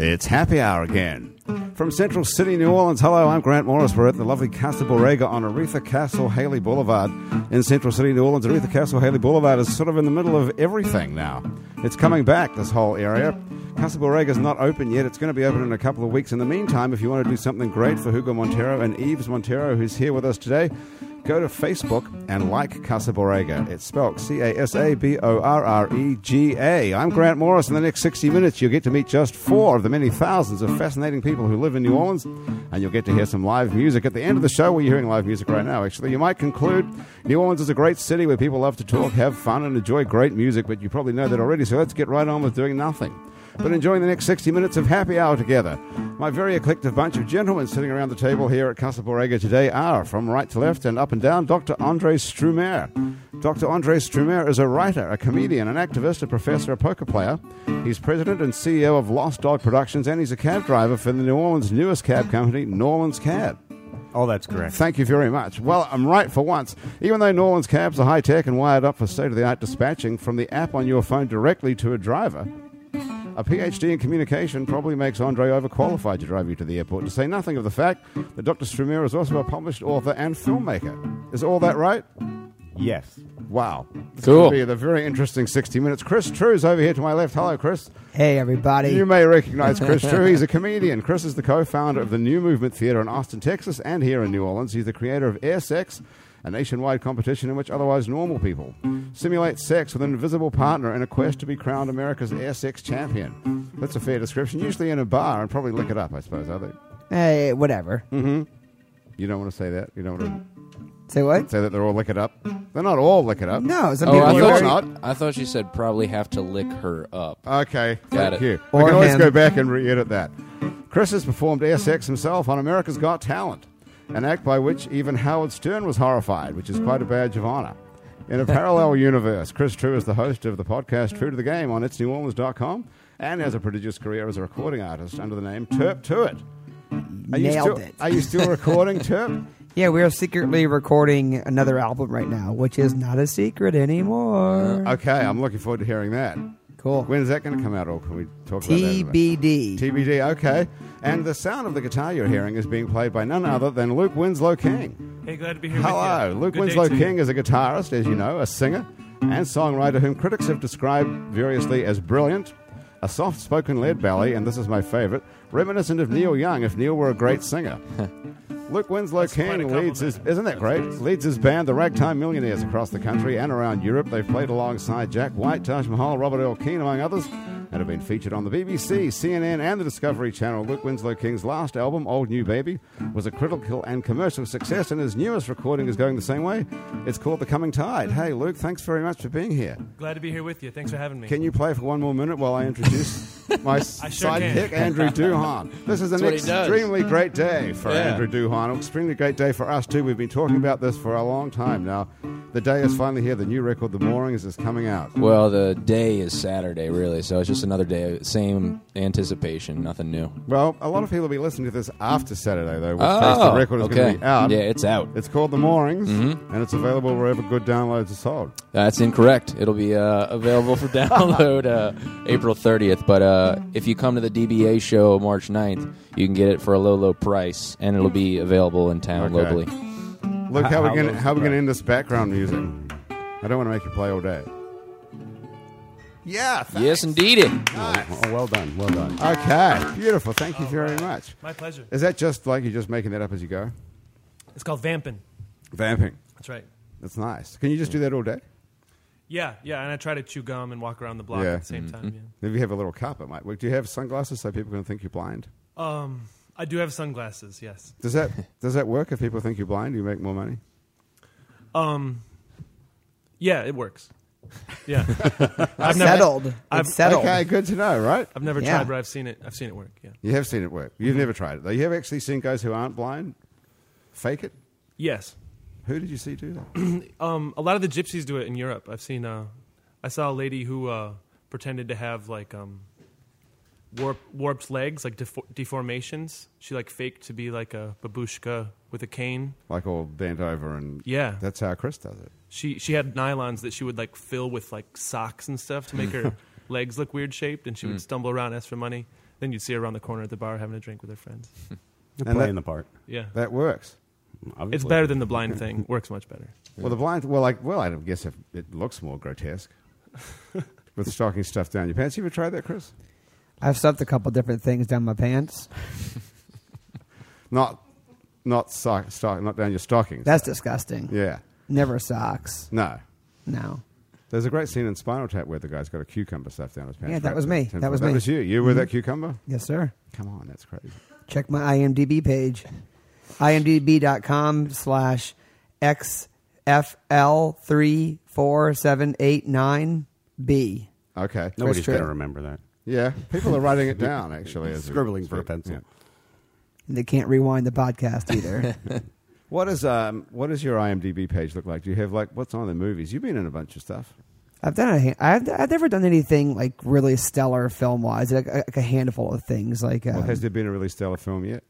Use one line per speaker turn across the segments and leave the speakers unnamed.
It's happy hour again. From Central City, New Orleans, hello, I'm Grant Morris. We're at the lovely Casa Borrega on Aretha Castle Haley Boulevard in Central City, New Orleans. Aretha Castle Haley Boulevard is sort of in the middle of everything now. It's coming back, this whole area. Casa Borrega is not open yet. It's going to be open in a couple of weeks. In the meantime, if you want to do something great for Hugo Montero and Eves Montero, who's here with us today, go to Facebook and like Casa Borrega. It's spelled C A S A B O R R E G A. I'm Grant Morris. In the next 60 minutes, you'll get to meet just four of the many thousands of fascinating people who live in New Orleans, and you'll get to hear some live music. At the end of the show, we're hearing live music right now, actually. You might conclude New Orleans is a great city where people love to talk, have fun, and enjoy great music, but you probably know that already, so let's get right on with doing nothing but enjoying the next 60 minutes of happy hour together. My very eclectic bunch of gentlemen sitting around the table here at Casa Borrega today are, from right to left and up and down, Dr. Andre Strumer. Dr. Andre Strumer is a writer, a comedian, an activist, a professor, a poker player. He's president and CEO of Lost Dog Productions, and he's a cab driver for the New Orleans' newest cab company, Norland's Cab.
Oh, that's correct.
Thank you very much. Well, I'm right for once. Even though Norland's cabs are high tech and wired up for state of the art dispatching from the app on your phone directly to a driver, a PhD in communication probably makes Andre overqualified to drive you to the airport, to say nothing of the fact that Dr. Strumier is also a published author and filmmaker. Is all that right?
Yes.
Wow. This
Cool.
could be the very interesting 60 minutes. Chris True's over here to my left. Hello, Chris.
Hey, everybody.
You may recognize Chris True. He's a comedian. Chris is the co founder of the New Movement Theater in Austin, Texas, and here in New Orleans. He's the creator of Air Sex, a nationwide competition in which otherwise normal people simulate sex with an invisible partner in a quest to be crowned America's air sex champion. That's a fair description. Usually in a bar and probably lick it up, I suppose, are they?
hey, whatever.
You don't want to say that. You don't want
Say
to
what?
say that they're all lick it up. They're not all lick it up.
No, some
Oh,
people
I
are
you're
thought,
very-
not.
she, I thought she said probably have to lick her up.
Okay,
Got
thank
it.
you. I
Or
can always
him.
go back and re-edit that. Chris has performed SX himself on America's Got Talent, an act by which even Howard Stern was horrified, which is quite a badge of honor. In a parallel universe, Chris True is the host of the podcast True to the Game on itsneworleans.com and has a prodigious career as a recording artist under the name Terp To It. Are you still,
Nailed it.
Are you still recording, Terp?
Yeah, we are secretly recording another album right now, which is not a secret anymore.
Okay, I'm looking forward to hearing that.
cool.
When is that going to come out, or can we talk about that? later?
TBD.
TBD, okay. And the sound of the guitar you're hearing is being played by none other than Luke Winslow King.
Hey, glad to be here.
Hello.
with you.
Luke
Good day
Winslow
to you.
King is a guitarist, as you know, a singer and songwriter whom critics have described variously as brilliant, a soft spoken lead belly, and this is my favorite, reminiscent of Neil Young if Neil were a great singer. Luke Winslow
quite a
King leads his
compliment.
isn't that great? Leads his band, the Ragtime Millionaires, across the country and around Europe. They've played alongside Jack White, Taj Mahal, Robert L. Keane, among others, and have been featured on the BBC, CNN, and the Discovery Channel. Luke Winslow King's last album, Old New Baby, was a critical and commercial success, and his newest recording is going the same way. It's called The Coming Tide. Hey, Luke, thanks very much for being here.
Glad to be here with you. Thanks for having me.
Can you play for one more minute while I introduce my
I sure
sidekick, Andrew Duhan? This is an
what he does.
extremely great day for
Yeah.
Andrew Duhan. An extremely great day for us, too. We've been talking about this for a long time now. The day is finally here. The new record, The Moorings, is coming out.
Well, the day is Saturday, really, so it's just another day. Same anticipation, nothing new.
Well, a lot of people will be listening to this after Saturday, though, which case
Oh,
the record is going
okay.
to be out.
Yeah, Mm-hmm. it's out.
It's called The Moorings, and it's available wherever good downloads are sold.
That's incorrect. It'll be uh, available for download uh, April 30th. But uh, if you come to the DBA show March 9th, you can get it for a low, low price, and it'll be available in
Okay.
town locally.
Look, how,
How-
we
how
gonna
low's
how we gonna
the price?
end this background music? I don't want to make you play all day. Yeah,
Yes, indeed. It.
Oh, well done, well done. Okay, beautiful. Thank you very much.
My pleasure.
Is that just like you're just making that up as you go?
It's called vamping.
Vamping.
That's right.
That's nice. Can you just do that all day?
Yeah, yeah. And I try to chew gum and walk around the block
Yeah. mm-hmm.
at the same time. Yeah.
Maybe you have a little cup. It might work. Do you have sunglasses so people can think you're blind?
Um, I do have sunglasses. Yes.
Does that does that work if people think you're blind? Do you make more money?
Um, yeah, it works. Yeah. I've
settled.
I've-
it's settled.
Okay, good to know, right?
I've never
Yeah.
tried, but I've seen it. I've seen it work. Yeah.
You have seen it work. You've never tried it though. You have actually seen guys who aren't blind fake it.
Yes.
Who did you see do that?
Um, a lot of the gypsies do it in Europe. I've seen. Uh, I saw a lady who uh, pretended to have like um, warp, warped legs, like defo- deformations. She like faked to be like a babushka with a cane.
like all bent over and
Yeah.
That's how Chris does it.
she she had nylons that she would like fill with like socks and stuff to make her legs look weird shaped, and she would stumble around, ask for money, Then you'd see her around the corner at the bar having a drink with her friends.
And
playing
that-
the part.
Yeah,
That works.
Obviously.
it's better than the blind thing. Works much better.
Well, the blind. Well, like, well, I guess if it looks more grotesque with stocking stuff down your pants. You ever tried that, Chris?
I've stuffed a couple different things down my pants.
Not, not sock, stock, not down your stockings.
That's disgusting.
yeah,
Never socks.
no.
No.
There's a great scene in Spinal Tap where the guy's got a cucumber stuffed down his pants.
Yeah, that
right?
was me. That was
that
me. Mm-hmm.
was you. You were that cucumber.
Yes, sir.
Come on, that's crazy.
Check my IMDb page. IMDb.com slash XFL34789B.
Okay.
Chris
Nobody's going to
Tritt.
remember that.
Yeah, people are writing it down actually. as
Scribbling for a pencil.
yeah.
And they can't rewind the podcast either.
What is um what does your IMDb page look like? Do you have like what's on the movies? You've been in a bunch of stuff.
I've done a, I've, I've never done anything like really stellar film wise, like, like a handful of things. Like, um,
Well, has
has,
there been a really stellar film yet?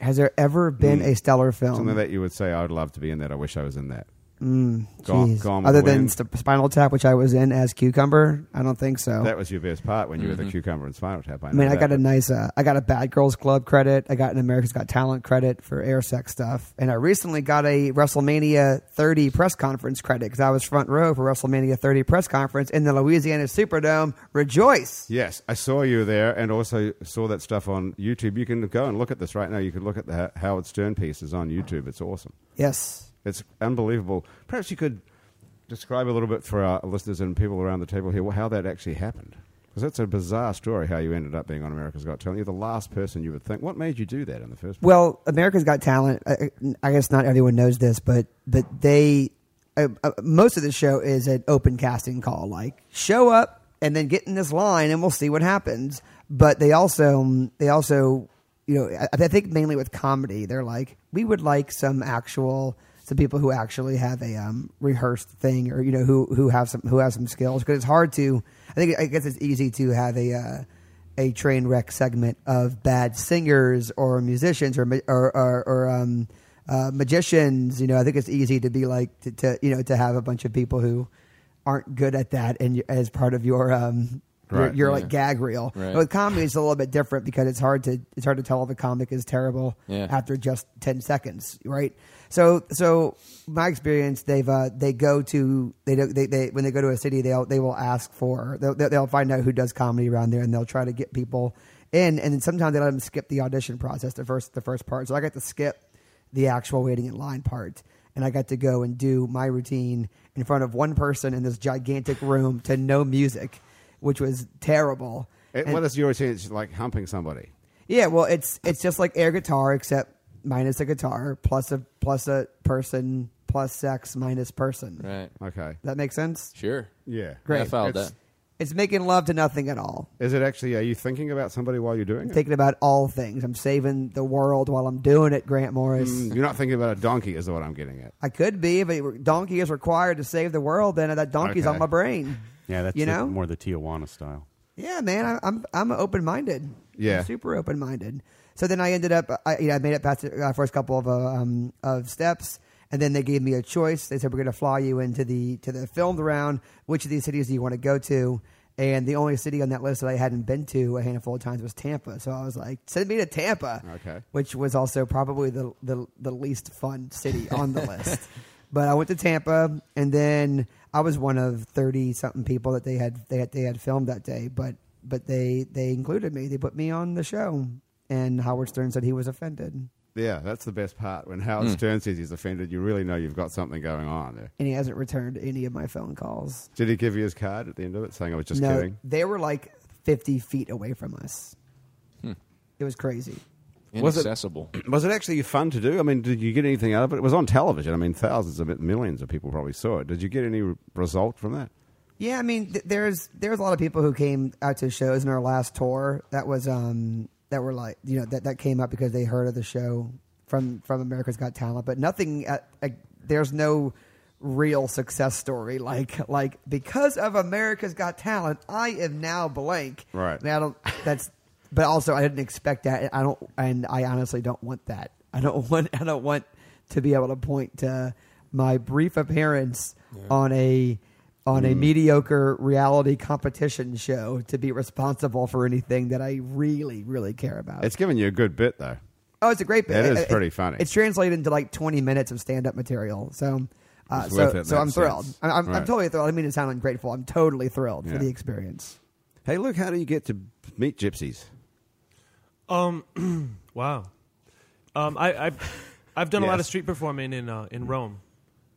there ever been a stellar film?
Something that you would say I would love to be in that. I wish I was in that. Gone,
Mm, Jeez.
gone with
Other
the
than
Wind.
Sp- Spinal Tap, which I was in as Cucumber, I don't think so.
that was your best part when you were the cucumber and Spinal Tap. I,
I mean, I got a
a
nice, uh, I got a Bad Girls Club credit. I got an America's Got Talent credit for air sex stuff, and I recently got a WrestleMania 30 press conference credit because I was front row for WrestleMania 30 press conference in the Louisiana Superdome. Rejoice!
Yes, I saw you there, and also saw that stuff on YouTube. You can go and look at this right now. You can look at the Ho- Howard Stern pieces on YouTube. It's awesome.
Yes.
It's unbelievable. Perhaps you could describe a little bit for our listeners and people around the table here how that actually happened. Because that's a bizarre story how you ended up being on America's Got Talent. You're the last person you would think. What made you do that in the first place?
Well, America's Got Talent. I, I guess not everyone knows this, but but they uh, uh, most of the show is an open casting call, like show up and then get in this line, and we'll see what happens. But they also they also you know I, I think mainly with comedy, they're like we would like some actual some people who actually have a um, rehearsed thing or you know who who have some who have some skills because it's hard to I think I guess it's easy to have a uh, a train wreck segment of bad singers or musicians or ma- or, or, or um, uh, magicians. You know, I think it's easy to be like to, to you know to have a bunch of people who aren't good at that and you- as part of your um,
Right,
your, your
yeah.
like gag reel.
Right.
But with comedy, it's a little bit different because it's hard to it's hard to tell if a comic is terrible
Yeah.
after just ten seconds, right? So so my experience, they've uh, they go to they don't they, they when they go to a city, they'll they will ask for they'll, they'll they'll find out who does comedy around there, and they'll try to get people in, and then sometimes they let them skip the audition process, the first the first part. So I got to skip the actual waiting in line part. And I got to go and do my routine in front of one person in this gigantic room to no music, which was terrible.
It-
And-
Eh, what is your experience like humping somebody?
yeah, well, it's it's just like air guitar except minus a guitar plus a plus a person plus sex minus person.
Right.
Okay.
That makes sense.
Sure.
Yeah.
Great.
I fouled
It's-
that.
It's making love to nothing at all.
Is it actually, are you thinking about somebody while you're doing
I'm
it?
thinking about all things. I'm saving the world while I'm doing it, Grant Morris.
Mm, you're not thinking about a donkey, is what I'm getting at.
I could be, if a donkey is required to save the world. Then that donkey's
Okay.
on my brain.
Yeah, that's
you
the-
know
more the Tijuana style.
Yeah, man, I, I'm I'm open minded.
Yeah.
super open minded. So then I ended up, I, you know, I made it past the uh, first couple of uh, um, of steps, and then they gave me a choice. They said we're going to fly you into the to the filmed round. Which of these cities do you want to go to? And the only city on that list that I hadn't been to a handful of times was Tampa. So I was like, send me to Tampa,
Okay.
which was also probably the the, the least fun city on the list. But I went to Tampa, and then I was one of thirty something people that they had they had they had filmed that day. But but they they included me. They put me on the show, and Howard Stern said he was offended,
Yeah, that's the best part. When Howard
Hmm.
Stern says he's offended, you really know you've got something going on there.
and he hasn't returned any of my phone calls.
Did he give you his card at the end of it saying I was just
no,
kidding?
they were like fifty feet away from us.
Hmm.
It was crazy.
Was it-
Inaccessible.
Was it actually fun to do? I mean, did you get anything out of it? It was on television. I mean, thousands of millions of people probably saw it. Did you get any re- result from that?
Yeah, I mean, th- there's there's a lot of people who came out to shows in our last tour. That was um that were like you know that that came up because they heard of the show from from America's Got Talent, but nothing. At, like, there's no real success story like like because of America's Got Talent, I am now blank.
Right.
I mean, I don't. That's. But also, I didn't expect that. I don't, and I honestly don't want that. I don't want. I don't want to be able to point to my brief appearance on a on
Mm.
a mediocre reality competition show to be responsible for anything that I really, really care about.
It's giving you a good bit though.
oh, it's a great bit.
It is pretty funny.
It's translated into like 20 minutes of stand up material. So. Uh,
It's
so,
worth it in
so
that
I'm thrilled.
sense.
I'm, I'm, I'm
Right.
totally thrilled. I don't mean to sound ungrateful. I'm totally thrilled
Yeah.
for the experience.
Hey, look, how do you get to meet gypsies?
Wow. Um, I, I've, I've done a lot of
Yes. Mm.
street performing in, uh, in Rome.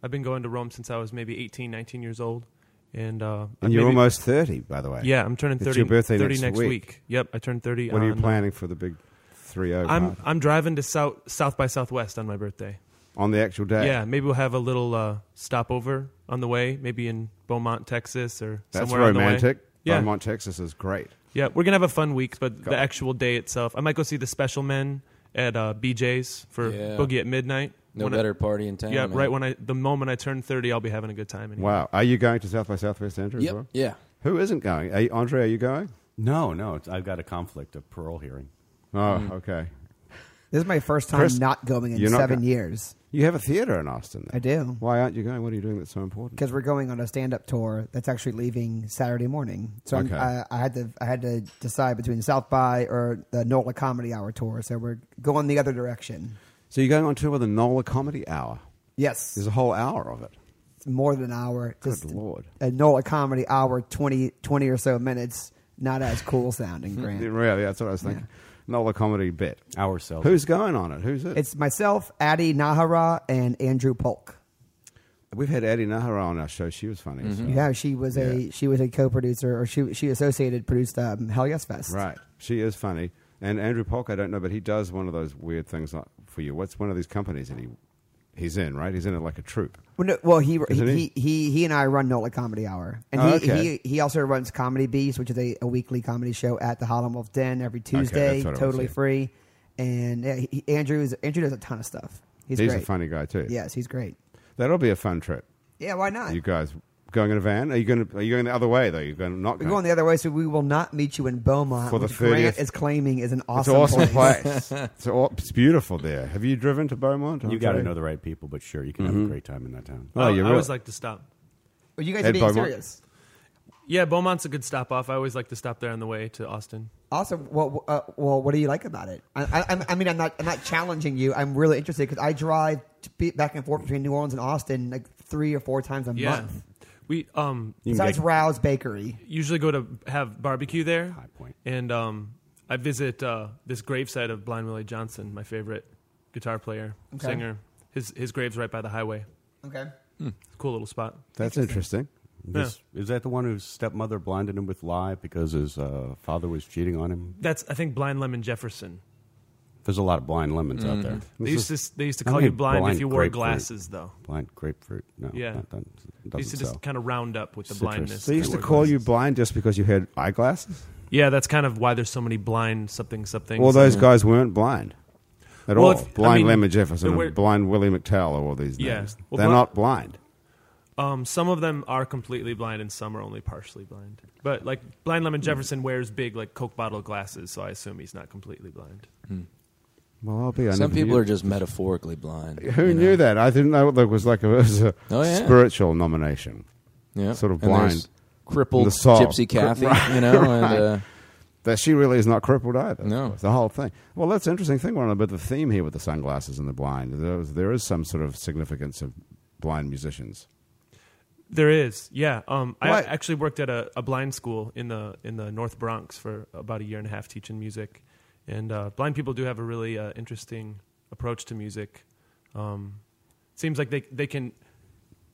I've been going to Rome since I was maybe 18, 19 years old. And, uh,
And
I've
you're
maybe-
almost thirty, by the way.
Yeah, I'm turning
It's
30,
your birthday
30
next
next,
week.
week. Yep, I turned 30.
What are you
on, uh,
planning for the big three O?
I'm, I'm driving to South, South by Southwest on my birthday.
on the actual day.
Yeah, maybe we'll have a little uh, stopover on the way, maybe in Beaumont, Texas, or
that's
somewhere on the way.
romantic.
Yeah,
Beaumont, Texas is great.
yeah, we're gonna have a fun week, but
Got it.
the actual day itself, I might go see the Special Men at uh, BJ's for
Yeah.
Boogie at midnight.
No
When I-
better party in town.
yeah,
man.
right when I the moment I turn thirty, I'll be having a good time. Anyway.
Wow. Are you going to South by Southwest, Andrew? As
Yep.
well?
Yeah.
Who isn't going? Are you, Andre, are you going?
No, no, it's, I've got a conflict of parole hearing.
Oh,
Mm.
okay.
This is my first time
Chris,
not going in
you're not
seven
go-
years.
You have a theater in Austin. Then.
I do.
Why aren't you going? What are you doing that's so important?
because we're going on a stand-up tour that's actually leaving Saturday morning. So I'm,
Okay.
I, I had to I had to decide between South by or the NOLA Comedy Hour tour. So we're going the other direction.
So you're going on tour with the NOLA Comedy Hour.
Yes,
There's a whole hour of it.
it's more than an hour.
Good
Just
lord.
a NOLA Comedy Hour 20, 20 or so minutes. Not as cool sounding,
Yeah,
Grant.
Really, that's what I was thinking. NOLA Comedy bit.
Ourselves.
Who's going on it? Who's it?
It's myself, Addy Nahara, and Andrew Polk.
We've had Addie Nahara on our show. She was funny. as hell.
Mm-hmm. Yeah, she was
Yeah.
a she was a co-producer, or she she associated produced um, Hell Yes Fest.
Right. She is funny. And Andrew Polk, I don't know, but he does one of those weird things like, for you. What's one of these companies that he he's in, right? He's in it like a troupe.
Well, no, well he,
Isn't
he,
he?
he he he and I run NOLA Comedy Hour, and
Oh,
he,
okay.
he he also runs Comedy Bees, which is a, a weekly comedy show at the Harlem Wolf Den every
that's
Tuesday,
what I was
totally
saying.
free. And yeah, he, Andrew is Andrew does a ton of stuff. He's,
He's,
great.
a funny guy too.
Yes, he's great.
That'll be a fun trip.
Yeah, why not?
You guys going in a van? Are you going? To, are you going the other way though? You're going to not
We're going the other way, so we will not meet you in Beaumont,
For the
which Grant
30th
is claiming is an
It's
awesome,
an awesome
place.
place. it's, aw- it's beautiful there. Have you driven to Beaumont?
You got to
Andre?
know the right people, but sure, you can have a great time in that town.
Oh,
I,
you're
I
right.
always like to stop.
Are you guys
At
being
Beaumont.
serious?
Yeah, Beaumont's a good stop off. I always like to stop there on the way to Austin.
Awesome. Well, uh, well, what do you like about it? I, I, I'm- I mean, I'm not, I'm not challenging you. I'm really interested because I drive to be back and forth between New Orleans and Austin like three or four times a
Yeah,
month.
we um
You can
Besides
get-
Rouse Bakery,
usually go to have barbecue there.
High point.
And um, I visit uh, this gravesite of Blind Willie Johnson, my favorite guitar player,
Okay.
singer. His his grave's right by the highway.
okay,
Cool little spot.
That's interesting.
This- Is that the one whose stepmother blinded him with lie because his uh, father was cheating on him?
That's I think Blind Lemon Jefferson.
There's a lot of blind lemons out there.
Mm-hmm.
They used to they used to
How
call
many
you blind,
blind
if you wore
grapefruit?
glasses though.
Blind grapefruit. No,
Yeah.
that, that
They used to
doesn't sell.
just kind of round up with the
Citrus.
blindness.
They used to
Or-
call you blind just because you had eyeglasses.
Yeah, that's kind of why there's so many blind something something.
Well, those guys weren't blind at
Well,
all.
if- I
blind
mean,
Lemon
they
Jefferson,
were-
and blind Willie McTell, or all these
Yeah.
names.
Well,
They're
bli-
not blind.
Um, some of them are completely blind, and some are only partially blind. But like Blind Lemon
Hmm.
Jefferson wears big like Coke bottle glasses, so I assume he's not completely blind.
Well, I'll be. I
Some
never
people
knew.
are just metaphorically blind.
Who
you know?
knew that? I didn't know there was like a, it was a
Oh, yeah.
spiritual nomination.
Yeah.
sort of
And
blind.
there's Crippled
The soul.
Gypsy
Cri-
Kathy,
right,
you know, and uh,
That she really is not crippled either.
No.
It's the whole thing. Well, that's an interesting thing. We're on a bit of a theme here with the sunglasses and the blind. There is, there is some sort of significance of blind musicians.
There is, yeah. Um, I
What?
actually worked at a, a blind school in the in the North Bronx for about a year and a half teaching music, and uh, blind people do have a really uh, interesting approach to music. Um, seems like they they can,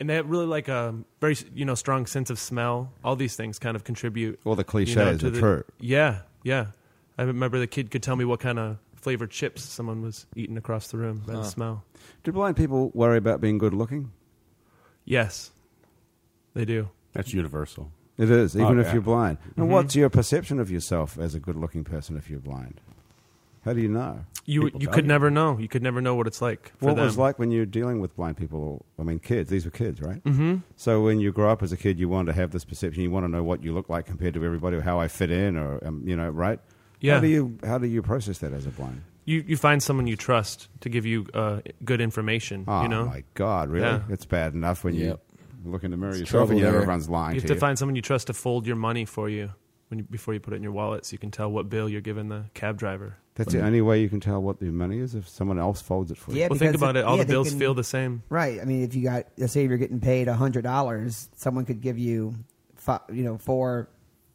and they have really like a very you know strong sense of smell. All these things kind of contribute.
All the
you
cliches
know, to
are
the-
true.
Yeah, yeah. I remember the kid could tell me what kind of flavored chips someone was eating across the room by
Huh.
the smell.
Do blind people worry about being good looking?
Yes, they do.
That's universal.
It is, even
Oh,
if
yeah.
you're blind. And
Mm-hmm.
what's your perception of yourself as a good looking person if you're blind? How do you know?
You
People
you
tell
could
you.
never know. You could never know what it's like. For
what
them.
was like when you're dealing with blind people? I mean, kids. These were kids, right? Mm-hmm. So when you grow up as a kid, you want to have this perception. You want to know what you look like compared to everybody, or how I fit in, or um, you know, right?
Yeah.
How do you how do you process that as a blind?
You you find someone you trust to give you uh, good information.
Oh
you know.
my God, really?
Yeah.
It's bad enough when
Yep.
you Look in the mirror
It's
yourself, and
trouble
you know
there.
everyone's lying
You have
to
to
you.
find someone you trust to fold your money for you when you, before you put it in your wallet, so you can tell what bill you're giving the cab driver.
That's the only way you can tell what the money is if someone else folds it for you.
Yeah,
Well, think
because
about
it-
it. All
yeah,
the
they
bills
can-
feel the same.
Right. I mean, if you got, let's say you're getting paid hundred dollars, someone could give you, five, you know, four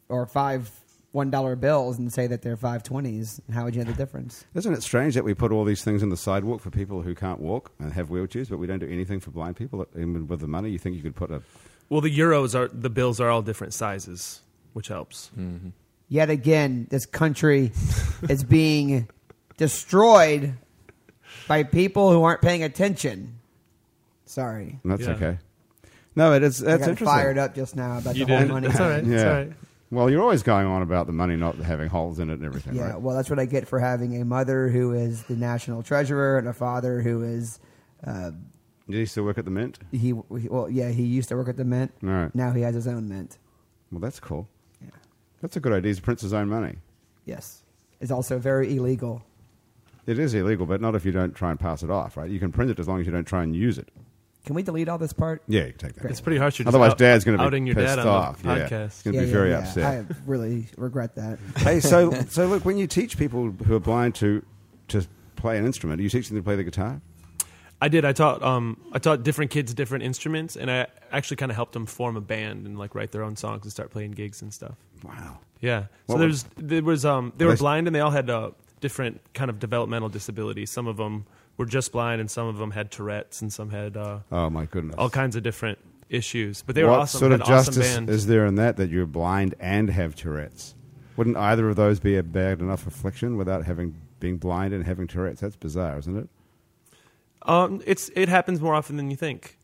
or five one dollar bills and say that they're five twenties. And how would you know the difference?
Isn't it strange that we put all these things in the sidewalk for people who can't walk and have wheelchairs, but we don't do anything for blind people? Even with the money, you think you could put a
Well, the euros are the bills are all different sizes, which helps.
Hmm.
Yet again, this country is being destroyed by people who aren't paying attention. Sorry,
That's
Yeah.
okay. No, it is.
I
That's
got
interesting.
fired up just now about
You
the whole
did.
money.
That's all right.
Yeah.
It's all right.
Well, you're always going on about the money not having holes in it and everything,
Yeah,
right?
well, that's what I get for having a mother who is the national treasurer and a father who is. Uh,
Did he still work at the mint?
he well, yeah, he used to work at the mint.
All right.
Now he has his own mint.
Well, that's cool. That's a good idea. He prints his own money.
Yes, it's also very illegal.
It is illegal, but not if you don't try and pass it off, right? You can print it as long as you don't try and use it.
Can we delete all this part?
Yeah, you can take that.
It's pretty harsh. You're just
Otherwise,
out-
Dad's going to be
outing your
pissed
dad
off.
on the
yeah.
podcast.
He's going to be
Yeah,
very
yeah, yeah.
upset.
I really regret that.
hey, so so look, when you teach people who are blind to to play an instrument, do you teach them to play the guitar?
I did. I taught um, I taught different kids different instruments, and I actually kind of helped them form a band and like write their own songs and start playing gigs and stuff.
Wow.
Yeah.
What
So there's there was um, they
Were
were
they-
blind and they all had uh, different kind of developmental disabilities. Some of them were just blind, and some of them had Tourette's, and some had uh,
Oh my goodness.
all kinds of different issues. But they
what
were awesome.
sort of
had an awesome
justice
band.
is there in that that you're blind and have Tourette's? Wouldn't either of those be a bad enough affliction without having being blind and having Tourette's? That's bizarre, isn't it?
um, it's it happens more often than you think.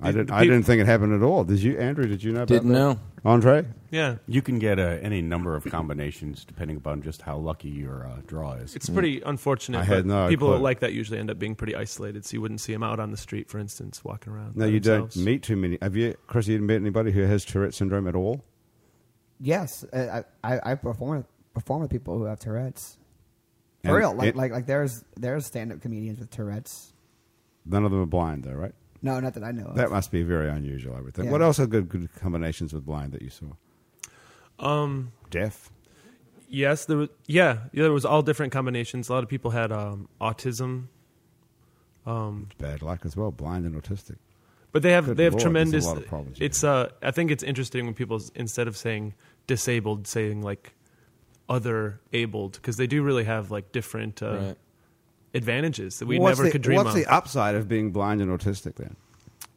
I
The-
didn't.
the
I didn't think it happened at all. Did you, Andrew? Did you know? About
Didn't
that?
know.
Andre.
Yeah.
You can get uh, any number of combinations depending upon just how lucky your uh, draw is.
It's pretty unfortunate.
Mm. I had
but
no
people
clue.
like that usually end up being pretty isolated, so you wouldn't see them out on the street, for instance, walking around.
No,
by
you
themselves.
don't meet too many. Have you, Chris? You didn't meet anybody who has Tourette syndrome at all.
Yes, I I, I perform perform with people who have Tourette's. For
And
real, like,
it-
like like there's there's stand up comedians with Tourette's.
None of them are blind, though, right?
No, not that I know of.
That must be very unusual. I would think.
Yeah.
What else are good, good combinations with blind that you saw?
Um,
Deaf.
yes, there was. Yeah, yeah, there was all different combinations. A lot of people had um, autism,
It's bad luck as well. Blind and autistic.
but they have
Good
they have
Lord, there's a
tremendous.
lot of problems here.
it's uh, I think it's interesting when people s- instead of saying disabled, saying like other abled, because they do really have like different uh,
Right.
advantages that we
what's
never
the,
could dream
What's
of.
the upside of being blind and autistic then?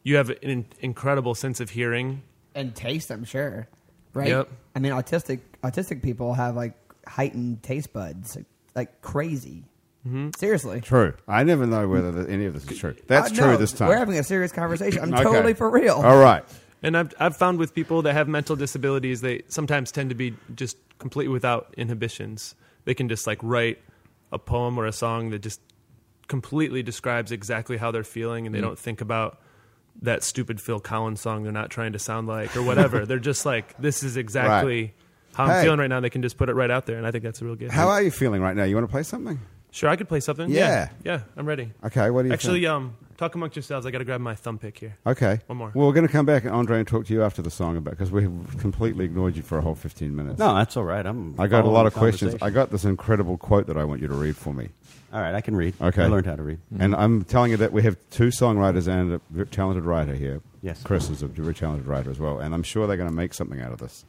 you have an in- incredible sense of hearing.
and taste, I'm sure. Right?
Yep.
I mean, autistic autistic people have like heightened taste buds, like, like crazy.
Mm-hmm.
Seriously,
True. I never know whether that any of this is true. That's
Uh,
true
no,
this time.
We're having a serious conversation. I'm
Okay.
totally for real.
All right.
And I've I've found with people that have mental disabilities, they sometimes tend to be just completely without inhibitions. They can just like write a poem or a song that just completely describes exactly how they're feeling, and they
Mm.
don't think about that stupid Phil Collins song they're not trying to sound like or whatever. they're just like, this is exactly how I'm
Hey.
feeling right now. They can just put it right out there, and I think that's a real gift.
How are you feeling right now? You want to play something?
sure, I could play something.
Yeah.
yeah, I'm ready.
Okay. What do you
Actually,
think?
um, talk amongst yourselves. I got to grab my thumb pick here.
Okay.
One more.
Well, we're going to come back and Andre and talk to you after the song about because we completely ignored you for a whole fifteen minutes.
no, that's all right. I'm.
I got a
following
lot of
Oh, the
questions. I
conversation.
got this incredible quote that I want you to read for me.
all right, I can read.
Okay.
I learned how to read.
Mm. And I'm telling you that we have two songwriters and a very talented writer here.
Yes.
Chris is a very talented writer as well. And I'm sure they're going to make something out of this.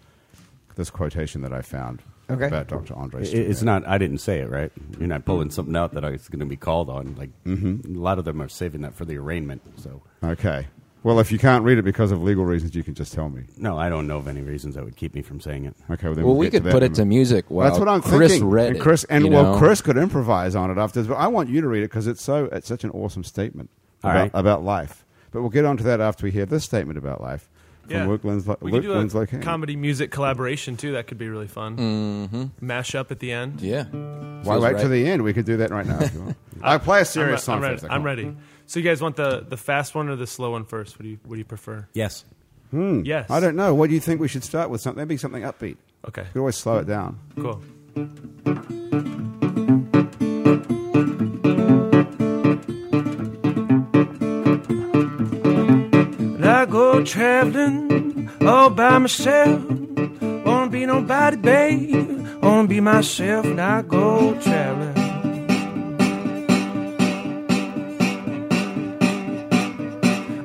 This quotation that I found
Okay.
about Dr. Andre
I-
Stewart.
it's not. I didn't say it right. You're not
Mm.
pulling something out that I was going to be called on. Like
Mm-hmm.
a lot of them are saving that for the arraignment. So
Okay. Well, if you can't read it because of legal reasons, you can just tell me.
no, I don't know of any reasons that would keep me from saying it.
Okay. Well, then
Well,
we'll
we
get to
could
that
put
in a
it to
minute.
music. While
That's what I'm
Chris
thinking.
read
and
it,
Chris and
you
well,
know?
Chris could improvise on it afterwards. But I want you to read it because it's so it's such an awesome statement
All
about,
right.
about life. But we'll get on to that after we hear this statement about life from Luke Winslow.
we
Luke
could do a
Winslow King.
comedy music collaboration too. That could be really fun. Mm-hmm. Mash up at the end.
Mm. Yeah.
Why
Feels
wait
right.
till the end? We could do that right now. if you want. I play a serious
I'm,
song.
re- I'm
first,
ready.
I
I'm
can't.
ready. So you guys want the the fast one or the slow one first? What do you What do you prefer?
Yes.
Yes.
Hmm. I don't know. What do you think we should start with? Something? Maybe something upbeat.
Okay.
We could always slow it down.
Cool. And I go
traveling all by myself. Wanna be nobody, babe. Wanna be myself, and I go traveling.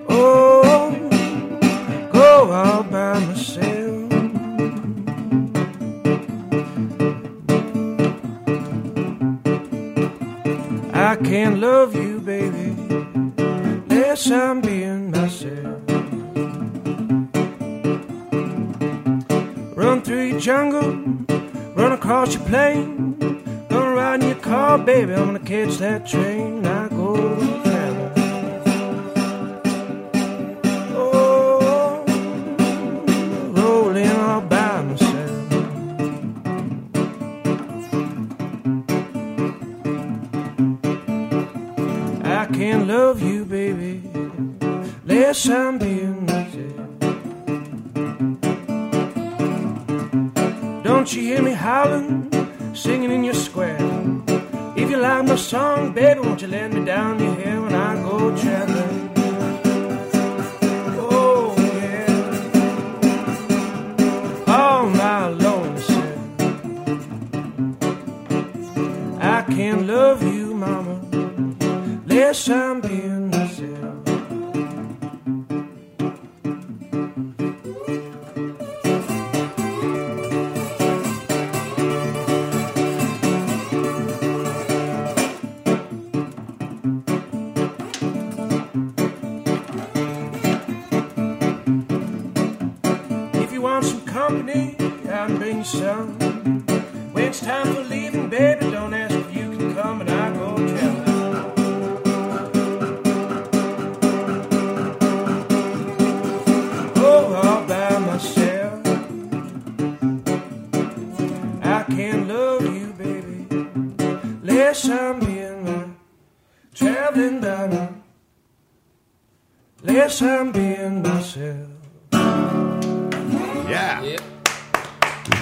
Oh, go all by myself. I can't love you, baby, unless I'm being myself. Run through your jungle, run across your plain, gonna ride in your car, baby. I'm gonna catch that train. I go travel. Oh, rolling all by myself. I can't love you, baby, unless I'm being myself. Don't you hear me howling, singing in your square? If you like my song, baby, won't you let me down your hair when I go traveling? Oh yeah, all my lonesome. I can't love you, mama, unless I'm being myself. If you want some company, I'll bring you some. When it's time for leaving, baby, don't ask if you can come, and I go traveling. Oh, all by myself. I can't love you, baby, unless I'm being my traveling by my. Unless I'm being myself.
Yeah.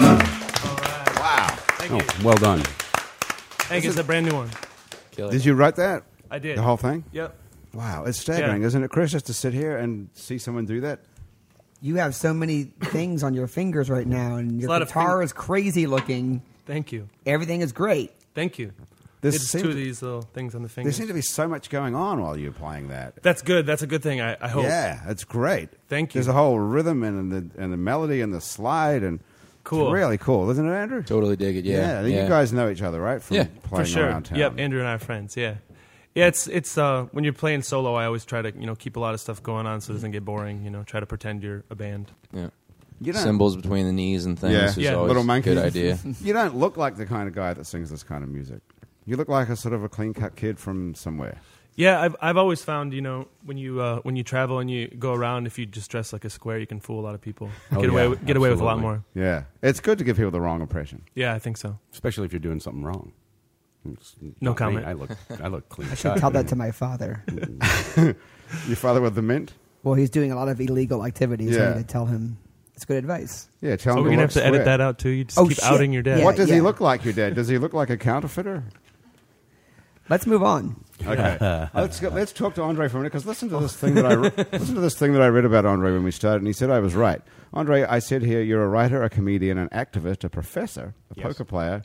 Wow.
Oh, well done.
Hank, it's a brand new one.
Did you write that?
I did.
The whole thing?
Yep.
Wow. It's staggering,
Yeah.
isn't it, Chris, just to sit here and see someone do that?
You have so many things on your fingers right now, and your
a lot of
guitar
fing-
is crazy looking.
Thank you.
Everything is great.
Thank you.
This
it's
seems-
two of these little things on the
There
fingers.
seemed to be so much going on while you were playing that.
That's good. That's a good thing. I, I hope.
Yeah, it's great.
Oh. Thank you.
There's a whole rhythm and the and the melody and the slide and
Cool.
It's really cool, isn't it, Andrew?
Totally dig it. Yeah.
you guys know each other, right? From
Yeah.
playing
for sure.
around town.
Yep, Andrew and I are friends. Yeah, yeah. It's it's uh, when you're playing solo, I always try to you know keep a lot of stuff going on so it doesn't get boring. You know, try to pretend you're a band.
yeah.
you don't,
Symbols between the knees and things
Yeah.
is
Yeah.
always
Little
a
monkeys.
good idea.
You don't look like the kind of guy that sings this kind of music. You look like a sort of a clean cut kid from somewhere.
Yeah, I've I've always found you know when you uh, when you travel and you go around, if you just dress like a square, you can fool a lot of people.
Oh,
get away
yeah,
with, get away with a lot
absolutely.
more.
Yeah, it's good to give people the wrong impression.
Yeah, I think so.
Especially if you're doing something wrong. It's
No
not me.
comment.
I look, I look clean.
I should tell that to my father.
Your father with the mint.
Well, he's doing a lot of illegal activities.
Yeah.
I need to tell him. It's good advice.
Yeah, tell
So
him.
we're gonna
to
have to
look
edit
square.
that out too. You just
Oh,
keep
shit.
outing your dad.
Yeah.
What does he look like, your dad? Does he look like a counterfeiter?
Let's move on.
Okay, let's go, let's talk to Andre for a minute because listen to this thing that I re- listen to this thing that I read about Andre when we started, and he said I was right. Andre, I said here you're a writer, a comedian, an activist, a professor, a poker player,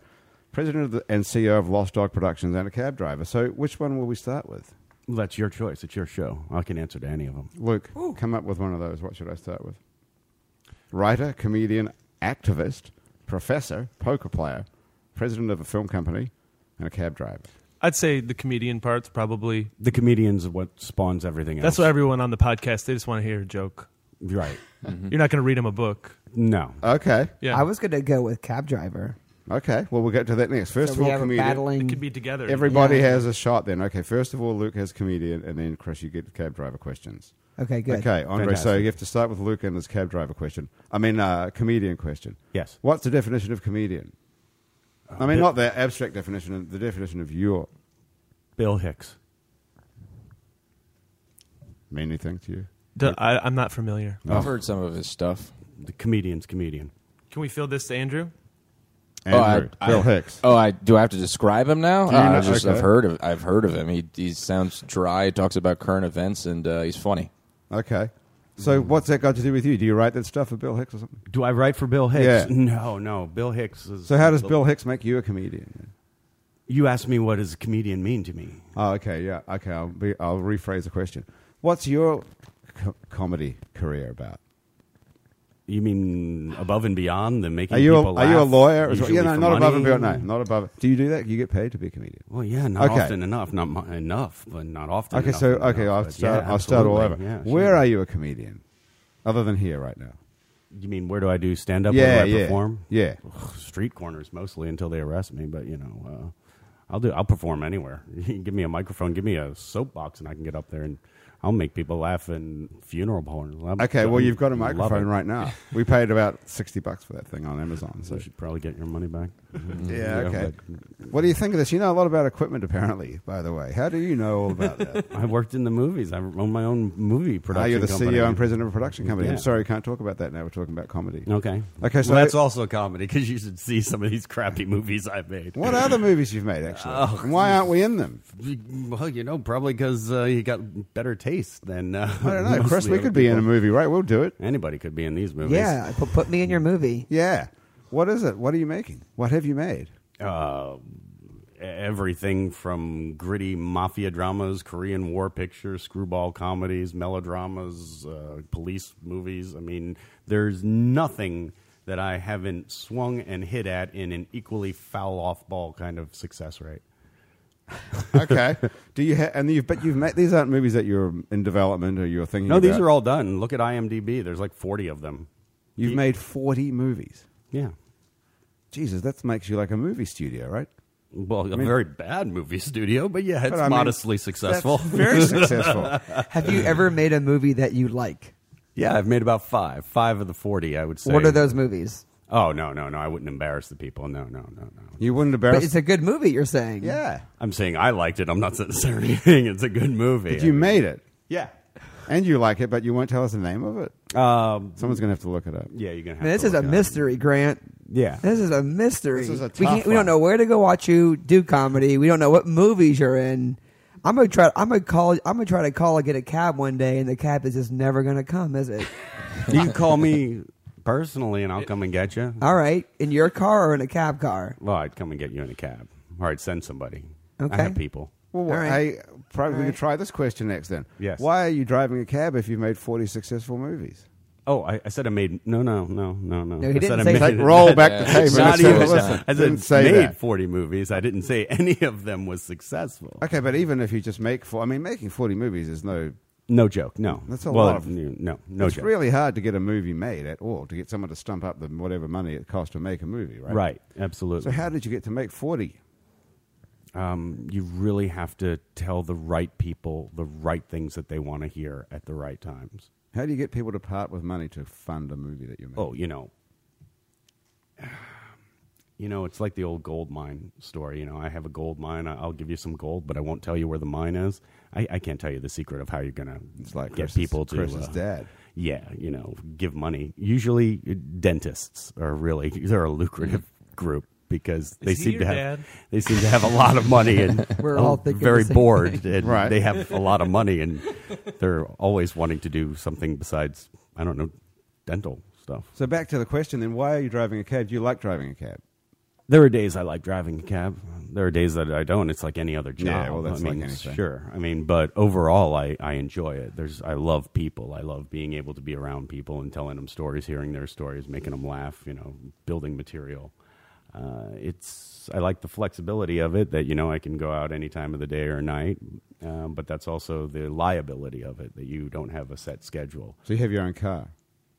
president of the, and CEO of Lost Dog Productions, and a cab driver. So which one will we start with?
Well, that's your choice. It's your show. I can answer to any of them.
Luke, come up with one of those. What should I start with? Writer, comedian, activist, professor, poker player, president of a film company, and a cab driver.
I'd say the comedian part's probably.
The comedian's what spawns everything else.
That's what everyone on the podcast they just want to hear a joke.
Right.
You're not going to read them a book.
No.
Okay,
Yeah,
I was going to go with cab driver.
okay. Well, we'll get to that next. First
so
of
we
all,
have a
comedian.
battling.
It could be together.
Everybody
Yeah.
has a shot then. Okay, first of all, Luke has comedian, and then Chris, you get cab driver questions.
okay, good.
Okay, Andre, so
Fantastic.
you have to start with Luke and his cab driver question. I mean, uh, comedian question.
Yes.
What's the definition of comedian? I
Uh,
mean, not the abstract definition, the definition of your.
Bill Hicks.
Mean anything to you?
Do- I, I'm not familiar.
Oh.
I've heard some of his stuff.
The comedian's comedian.
Can we fill this to Andrew?
Andrew,
oh, I,
Bill
I-
Hicks.
Oh, I do. I have to describe him now.
you
Oh, I
know-
just,
okay.
I've heard of. I've heard of him. He he sounds dry. Talks about current events, and uh, he's funny.
Okay. So what's that got to do with you? Do you write that stuff for Bill Hicks or something?
Do I write for Bill Hicks?
Yeah.
No, no. Bill Hicks is.
So how does Bill Hicks make you a comedian?
You asked me what does a comedian mean to me.
Oh, okay, yeah, okay. I'll be, I'll rephrase the question. What's your co- comedy career about?
You mean above and beyond the making
Are you a,
people
are you a
laugh,
lawyer? As well?
usually
Yeah, no,
for
not above and
money?
beyond. No, not above. Do you do that? You get paid to be a comedian.
Well, yeah, not
Okay.
often enough. Not mu- enough, but not often.
Okay,
enough
so
and
okay,
enough,
I'll
but
start.
yeah,
I'll start all over.
absolutely. Yeah,
Where
sure.
are you a comedian, other than here right now?
You mean where do I do stand up?
Yeah,
where do I
yeah,
perform?
yeah.
Ugh, street corners mostly until they arrest me. But you know, uh, I'll do. I'll perform anywhere. give me a microphone, give me a soapbox, and I can get up there and I'll make people laugh in funeral porn.
Okay, well you've got a microphone right now. We paid about sixty bucks for that thing on Amazon.
So
So
you should probably get your money back.
yeah, okay.
but-
What do you think of this? You know a lot about equipment, apparently. By the way, how do you know all about that?
I worked in the movies. I own my own movie production.
Are you Ah, the E
company.
CEO and president of a production company? I'm
Yeah.
sorry, we can't talk about that now. We're talking about comedy.
Okay.
Okay, so
Well, that's also a comedy because you should see some of these crappy movies I've made.
What other movies you've made actually?
Oh,
And Why aren't we in them?
Well, you know, probably because uh, you got better taste than. Uh,
I don't know.
mostly
Chris, we
other
could be in a
people.
movie, right? We'll do it.
Anybody could be in these movies.
Yeah, put, put me in your movie.
Yeah. What is it? What are you making? What have you made?
Uh, everything from gritty mafia dramas, Korean War pictures, screwball comedies, melodramas, uh, police movies. I mean, there's nothing that I haven't swung and hit at in an equally foul off ball kind of success rate.
Okay. do you ha- and you've but you've made these aren't movies that you're in development or you're thinking.
No, these
about.
are all done. Look at IMDb. There's like 40 of them.
You've made forty movies.
Yeah.
Jesus, that makes you like a movie studio, right?
Well, a very bad movie studio, but yeah, it's
But I mean,
modestly successful.
That's very successful.
Have you ever made a movie that you like?
yeah, I've made about five, five of the 40, I would say.
What are those movies?
Oh, no, no, no. I wouldn't embarrass the people. No, no, no, no.
You wouldn't
But
embarrass.
it's a good movie. You're saying,
yeah,
I'm saying I liked it. I'm not saying it's a good movie.
you made it,
yeah.
and you like it, but you won't tell us the name of it.
Um,
Someone's gonna have to look it up.
yeah, you're going to have
Man, this
to
is a
look it up.
mystery, Grant.
Yeah.
This is a mystery.
This is a
we,
tough
we
one.
don't know where to go watch you do comedy. We don't know what movies you're in. I'm gonna try. I'm gonna call. I'm gonna try to call and get a cab one day, and the cab is just never gonna come, is it?
You can call me personally and I'll come and get you.
All right, in your car or in a cab car?
Well, I'd come and get you in a cab. Or I'd send somebody. I
Okay.
have people.
Well,
All
I
right.
probably we could try this question next then.
Yes.
Why are you driving a cab if you've made forty successful movies?
Oh, I, I said I made no, no, no, no, no.
he
I
didn't
said
say-
I made,
Like, roll back the tape. and
Not
listen,
even.
listen,
I
didn't
said
say
made
that.
40 movies. I didn't say any of them was successful.
Okay, but even if you just make four, I mean, making forty movies is no.
No joke. No.
That's a
well,
lot of-
n- No, no
it's
joke.
really hard to get a movie made at all. To get someone to stump up the whatever money it costs to make a movie, right?
right. Absolutely.
So how did you get to make forty?
um, you really have to tell the right people the right things that they want to hear at the right times.
How do you get people to part with money to fund a movie that you're making?
Oh, you know. You know, it's like the old gold mine story. You know, I have a gold mine. I- I'll give you some gold, but I won't tell you where the mine is. I, I can't tell you the secret of how you're gonna
It's like
get
Chris's-
people to
Chris's
uh,
dad.
yeah, you know, give money. Usually, uh, dentists are really they're a lucrative group because they
he
seem
your
to have
dad?
they seem to have a lot of money and
We're
are
all thinking
very
the same
bored and
Right.
they have a lot of money and they're always wanting to do something besides I don't know dental stuff.
So back to the question then: Why are you driving a cab? Do you like driving a cab?
There are days I like driving a cab. There are days that I don't. It's like any other job.
Yeah, well, that's
I mean,
like anything.
Sure. I mean, but overall, I, I enjoy it. There's I love people. I love being able to be around people and telling them stories, hearing their stories, making them laugh. You know, building material. Uh, it's I like the flexibility of it that you know I can go out any time of the day or night. Um, but that's also the liability of it that you don't have a set schedule.
So you have your own car.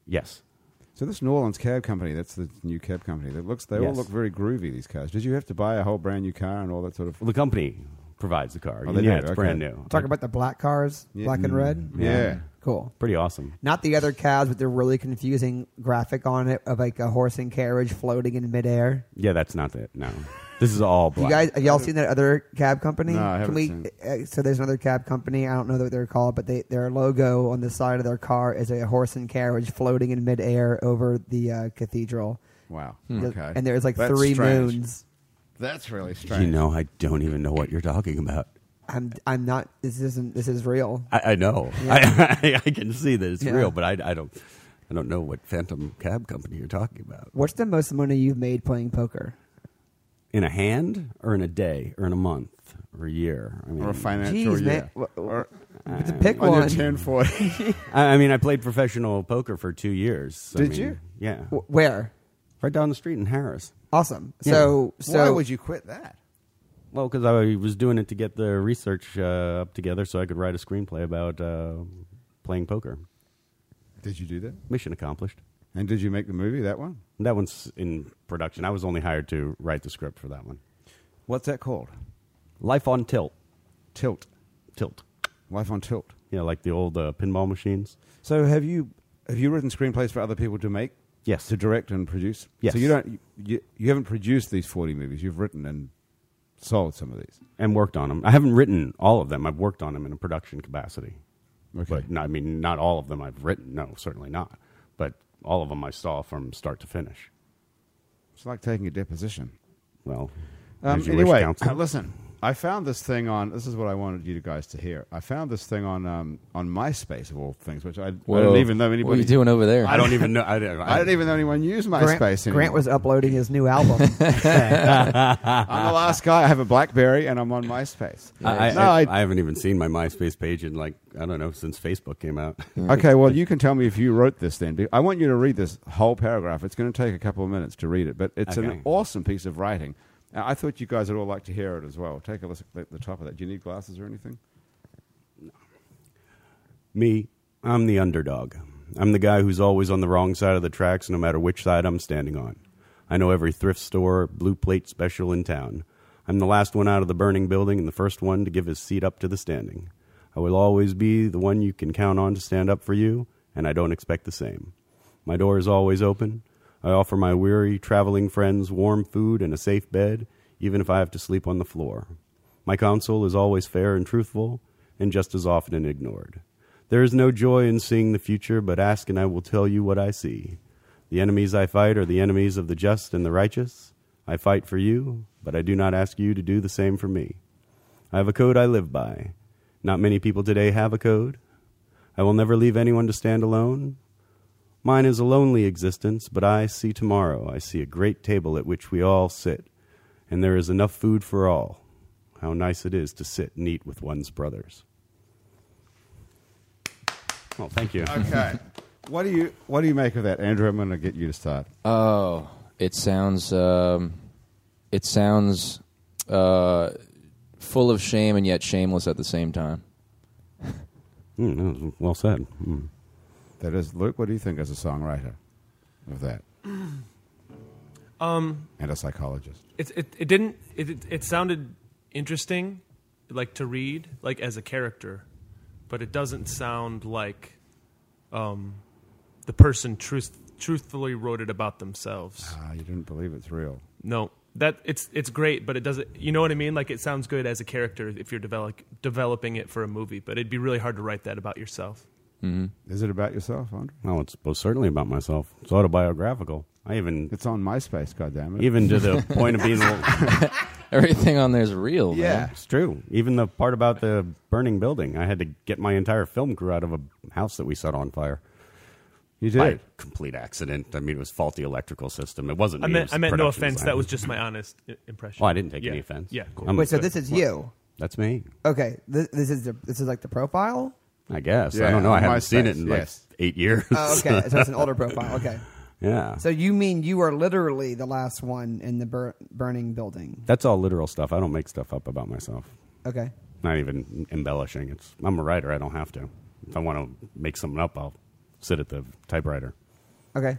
Yes.
So this New Orleans cab company, that's the new cab company. That looks, they all
Yes.
look very groovy. These cars. Did you have to buy a whole brand new car and all that sort of?
Well, the company provides the car.
Oh, they
yeah,
do?
it's
Okay.
brand new.
Talk about the black cars,
Yeah. Mm-hmm.
black and red.
Yeah.
Cool.
Pretty awesome.
Not the other cabs, but the really confusing graphic on it of like a horse and carriage floating in midair.
Yeah, that's not it. No, this is all
You
black.
guys, have y'all seen that other cab company?
No, I haven't
Can
seen
we? uh, so there's another cab company. I don't know what they're called, but they their logo on the side of their car is a horse and carriage floating in midair over the uh, cathedral.
Wow.
The-
Hmm. Okay.
Hmm. And there's like
That's
three
strange.
moons.
That's really
you
strange.
know, I don't even know what you're talking about.
I'm I'm not. This isn't. This is real.
I, I know. I, I, can see that it's
Yeah.
real, but I, I don't. I don't know what phantom cab company you're talking about.
What's the most money you've made playing poker?
In a hand, or in a day, or in a month, or a year. I mean,
or a financial year.
Jeez, man. Wha- wha-
Or- uh,
to pick
on your
one.
1040.
I, I mean, I played professional poker for two years. I
Did
mean,
you?
Yeah,
W- where?
right down the street in Harris.
Awesome. So so
Why would you quit that?
Well, because I was doing it to get the research uh, up together so I could write a screenplay about uh, playing poker.
Did you do that?
Mission accomplished.
And did you make the movie, that one?
That one's in production. I was only hired to write the script for that one.
What's that called?
Life on tilt.
Tilt.
Tilt.
Life on Tilt.
Yeah, like the old uh, pinball machines.
So have you have you written screenplays for other people to make?
Yes.
To direct and produce?
Yes.
So you don't you, you haven't produced these 40 movies. You've written and sold some of these.
And worked on them. I haven't written all of them. I've worked on them in a production capacity.
Okay.
But no, I mean, not all of them I've written. No, certainly not. But all of them I saw from start to finish.
It's like taking a deposition.
Well,
Um,
as you wish,
anyway,
counsel.
uh, listen. I found this thing on. This is what I wanted you guys to hear. I found this thing on um, on MySpace of all things, which I, I
Whoa.
don't even know anybody.
What are you doing over there?
I don't even know. I don't,
I don't even know anyone used MySpace
Grant,
anymore.
Grant was uploading his new album.
I'm the last guy. I have a BlackBerry and I'm on MySpace.
I,
No,
I,
I-
I haven't even seen my MySpace page in like I don't know since Facebook came out.
Okay, well, you can tell me if you wrote this then. be- I want you to read this whole paragraph. It's going to take a couple of minutes to read it, but it's
Okay.
an awesome piece of writing. Uh, I thought you guys would all like to hear it as well. Take a look at the top of that. Do you need glasses or anything?
Me, I'm the underdog. I'm the guy who's always on the wrong side of the tracks, no matter which side I'm standing on. I know every thrift store, blue plate special in town. I'm the last one out of the burning building and the first one to give his seat up to the standing. I will always be the one you can count on to stand up for you, and I don't expect the same. My door is always open. I offer my weary traveling friends warm food and a safe bed, even if I have to sleep on the floor. My counsel is always fair and truthful, and just as often ignored. There is no joy in seeing the future, but ask and I will tell you what I see. The enemies I fight are the enemies of the just and the righteous. I fight for you, but I do not ask you to do the same for me. I have a code I live by. Not many people today have a code. I will never leave anyone to stand alone. Mine is a lonely existence, but I see tomorrow. I see a great table at which we all sit, and there is enough food for all. How nice it is to sit and eat with one's brothers. Well, thank you.
Okay. what do you What do you make of that, Andrew? I'm going to get you to start.
Oh, it sounds um, it sounds uh, full of shame and yet shameless at the same time.
Mm, that was well said. Mm.
That is, Luke. What do you think as a songwriter of that? Um, and a psychologist.
It it, it didn't. It, it it sounded interesting, like to read, like as a character, but it doesn't sound like, um, the person truth truthfully wrote it about themselves.
Ah, you didn't believe it's real.
No, that it's it's great, but it doesn't. You know what I mean? Like it sounds good as a character if you're develop, developing it for a movie, but it'd be really hard to write that about yourself.
Is it about yourself, Andre?
Well, it's most certainly about myself. It's autobiographical. I even
It's on MySpace. goddammit. it.
even to the point of being. a-
Everything on there's real. man.
yeah.
It's true. Even the part about the burning building, I had to get my entire film crew out of a house that we set on fire.
You
By
did.
complete accident. I mean, it was faulty electrical system. It wasn't.
I
me, it
meant
was
I meant no
production
offense.
design.
That was just my honest i- impression.
Oh, I didn't take
Yeah.
any offense.
Yeah, cool.
I'm-
Wait, so this is you.
that's me.
Okay, this, this is the, this is like the profile.
I guess. I
Yeah,
don't know. I
on
haven't seen
MySpace,
it in
yes.
like eight years.
Oh, okay, so it's an older profile. Okay,
yeah.
so you mean you are literally the last one in the bur- burning building?
that's all literal stuff. I don't make stuff up about myself.
Okay,
not even embellishing. It's I'm a writer. I don't have to. If I want to make something up, I'll sit at the typewriter.
okay.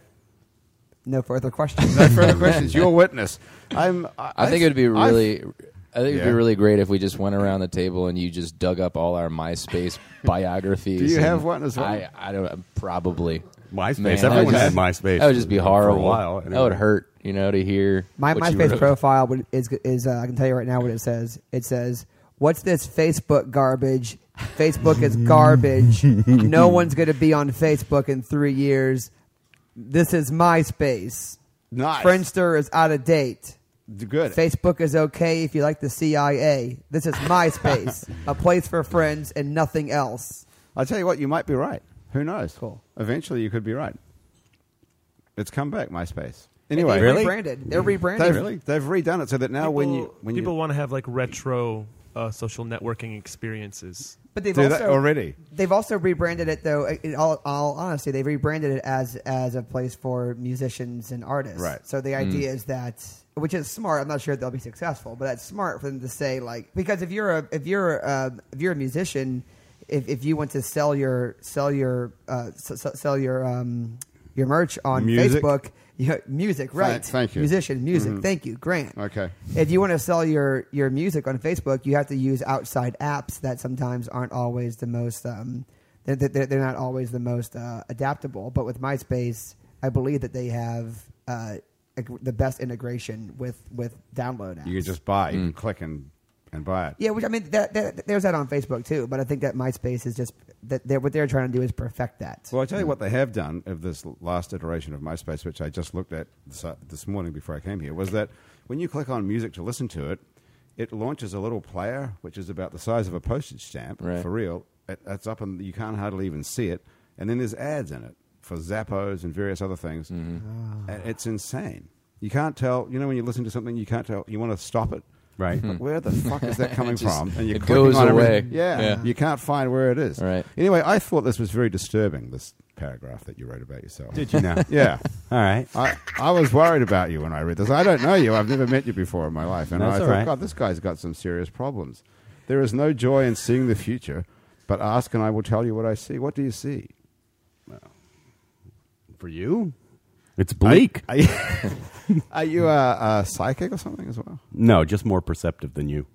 No further questions.
No further questions. You're a witness. I'm. I,
I think it would be
I-
really. I think it'd be
Yeah.
really great if we just went around the table and you just dug up all our MySpace biographies.
Do you
and
have one as well?
I, I don't probably
MySpace.
Man, that
Everyone
would
had
just-
MySpace.
That would just be
for
horrible.
a while.
That would hurt, you know, to hear
My
what you
MySpace
wrote.
profile would- is is uh, I can tell you right now what it says. It says, "What's this Facebook garbage? Facebook is garbage. no one's going to be on Facebook in three years. This is MySpace.
Nice.
Friendster is out of date.
D- Good.
Facebook is okay if you like the CIA. This is MySpace, a place for friends and nothing else.
I tell you what, you might be right. Who knows? Eventually, you could be right. It's come back, MySpace. Anyway,
They've Rebranded. They're rebranded.
They've, they've redone it so that now
people,
when you when
people
you
want to have like retro uh, social networking experiences.
But they've
do
also
that already,
They've also rebranded it though. uh, In all, all honesty, they've rebranded it as as a place for musicians and artists.
Right. Mm.
So the idea is that, which is smart. I'm not sure they'll be successful, but that's smart for them to say like because if you're a if you're a, if you're a musician, if, if you want to sell your sell your uh, s- s- sell your um, your merch on
Music.
Facebook, you- music right?
thank you. Mm-hmm.
musician, music. Thank you, Grant.
Okay.
If you want to sell your your music on Facebook, you have to use outside apps that sometimes aren't always the most. Um, they're, they're, they're not always the most uh, adaptable. But with MySpace, I believe that they have uh, ag- the best integration with with download apps.
you could just buy, you can click and and buy it.
yeah, which I mean, that, that, there's that on Facebook too. But I think that MySpace is just that they're, what they're trying to do is perfect that.
Well, I tell you what they have done of this last iteration of MySpace, which I just looked at this, uh, this morning before I came here, was that when you click on music to listen to it, it launches a little player which is about the size of a postage stamp
Right.
for real. It, it's up and you can't hardly even see it, and then there's ads in it for Zappos and various other things.
Mm-hmm.
And It's insane. You can't tell. You know when you listen to something, you can't tell. You want to stop it.
Right.
But where the fuck is that coming
just-
from? And you're
it
clicking
goes
on every-
away.
Yeah,
Yeah.
you can't find where it is.
Right.
Anyway, I thought this was very disturbing, this paragraph that you wrote about yourself.
Did you now?
Yeah.
All right.
I, I was worried about you when I read this. I don't know you. I've never met you before in my life. And
That's
I
all
thought,
right.
God, this guy's got some serious problems. There is no joy in seeing the future, but ask and I will tell you what I see. What do you see?
For you, it's bleak.
Are you, are you a, a psychic or something as well?
no, just more perceptive than you.